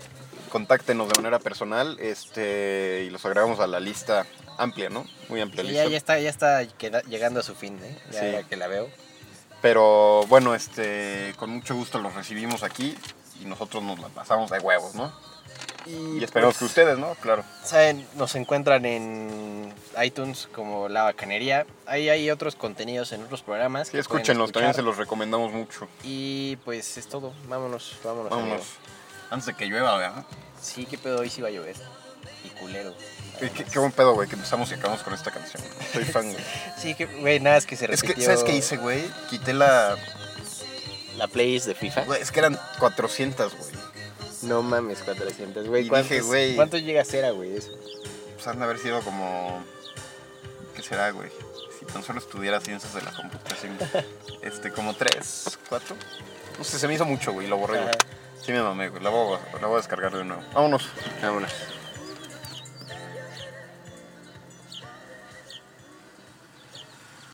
S1: contáctenos de manera personal este, y los agregamos a la lista amplia, ¿no? Muy amplia
S2: Sí,
S1: lista.
S2: ya, ya está, ya está queda- llegando a su fin, ¿eh? Ya,
S1: Sí.
S2: ya que la veo.
S1: Pero bueno, este, con mucho gusto los recibimos aquí y nosotros nos la pasamos de huevos, ¿no? Y esperamos que
S2: pues,
S1: ustedes, ¿no? Claro.
S2: Saben, nos encuentran en iTunes como La Bacanería. Ahí hay otros contenidos en otros programas.
S1: Sí,
S2: que pueden
S1: escúchenlos, también se
S2: escuchar.
S1: los recomendamos mucho.
S2: Y pues es todo. Vámonos, vámonos.
S1: Vámonos.
S2: amigo.
S1: Antes de que llueva, ¿verdad?
S2: Sí, qué pedo, hoy sí va a llover. Y culero.
S1: Qué, qué-
S2: además.
S1: qué buen pedo, güey, que empezamos y acabamos con esta canción. Soy fan, güey.
S2: Sí, que, güey, nada, es que se
S1: Es
S2: repitió.
S1: (laughs) que, ¿sabes qué hice, güey? Quité la...
S2: La playlist de FIFA.
S1: güey, es que eran 400, güey.
S2: No mames, 400,
S1: Y
S2: güey.
S1: dije,
S2: ¿Cuántos,
S1: güey.
S2: ¿Cuánto llega a ser, ah, güey, eso?
S1: Pues han de haber sido como. ¿Qué será, güey? Si tan solo estudiara ciencias de la computación. este, como tres, cuatro. No sé, se me hizo mucho, güey, lo borré, güey.
S2: Ajá.
S1: Sí me mamé, güey. La voy, a- la voy a descargar de nuevo. Vámonos. Vámonos.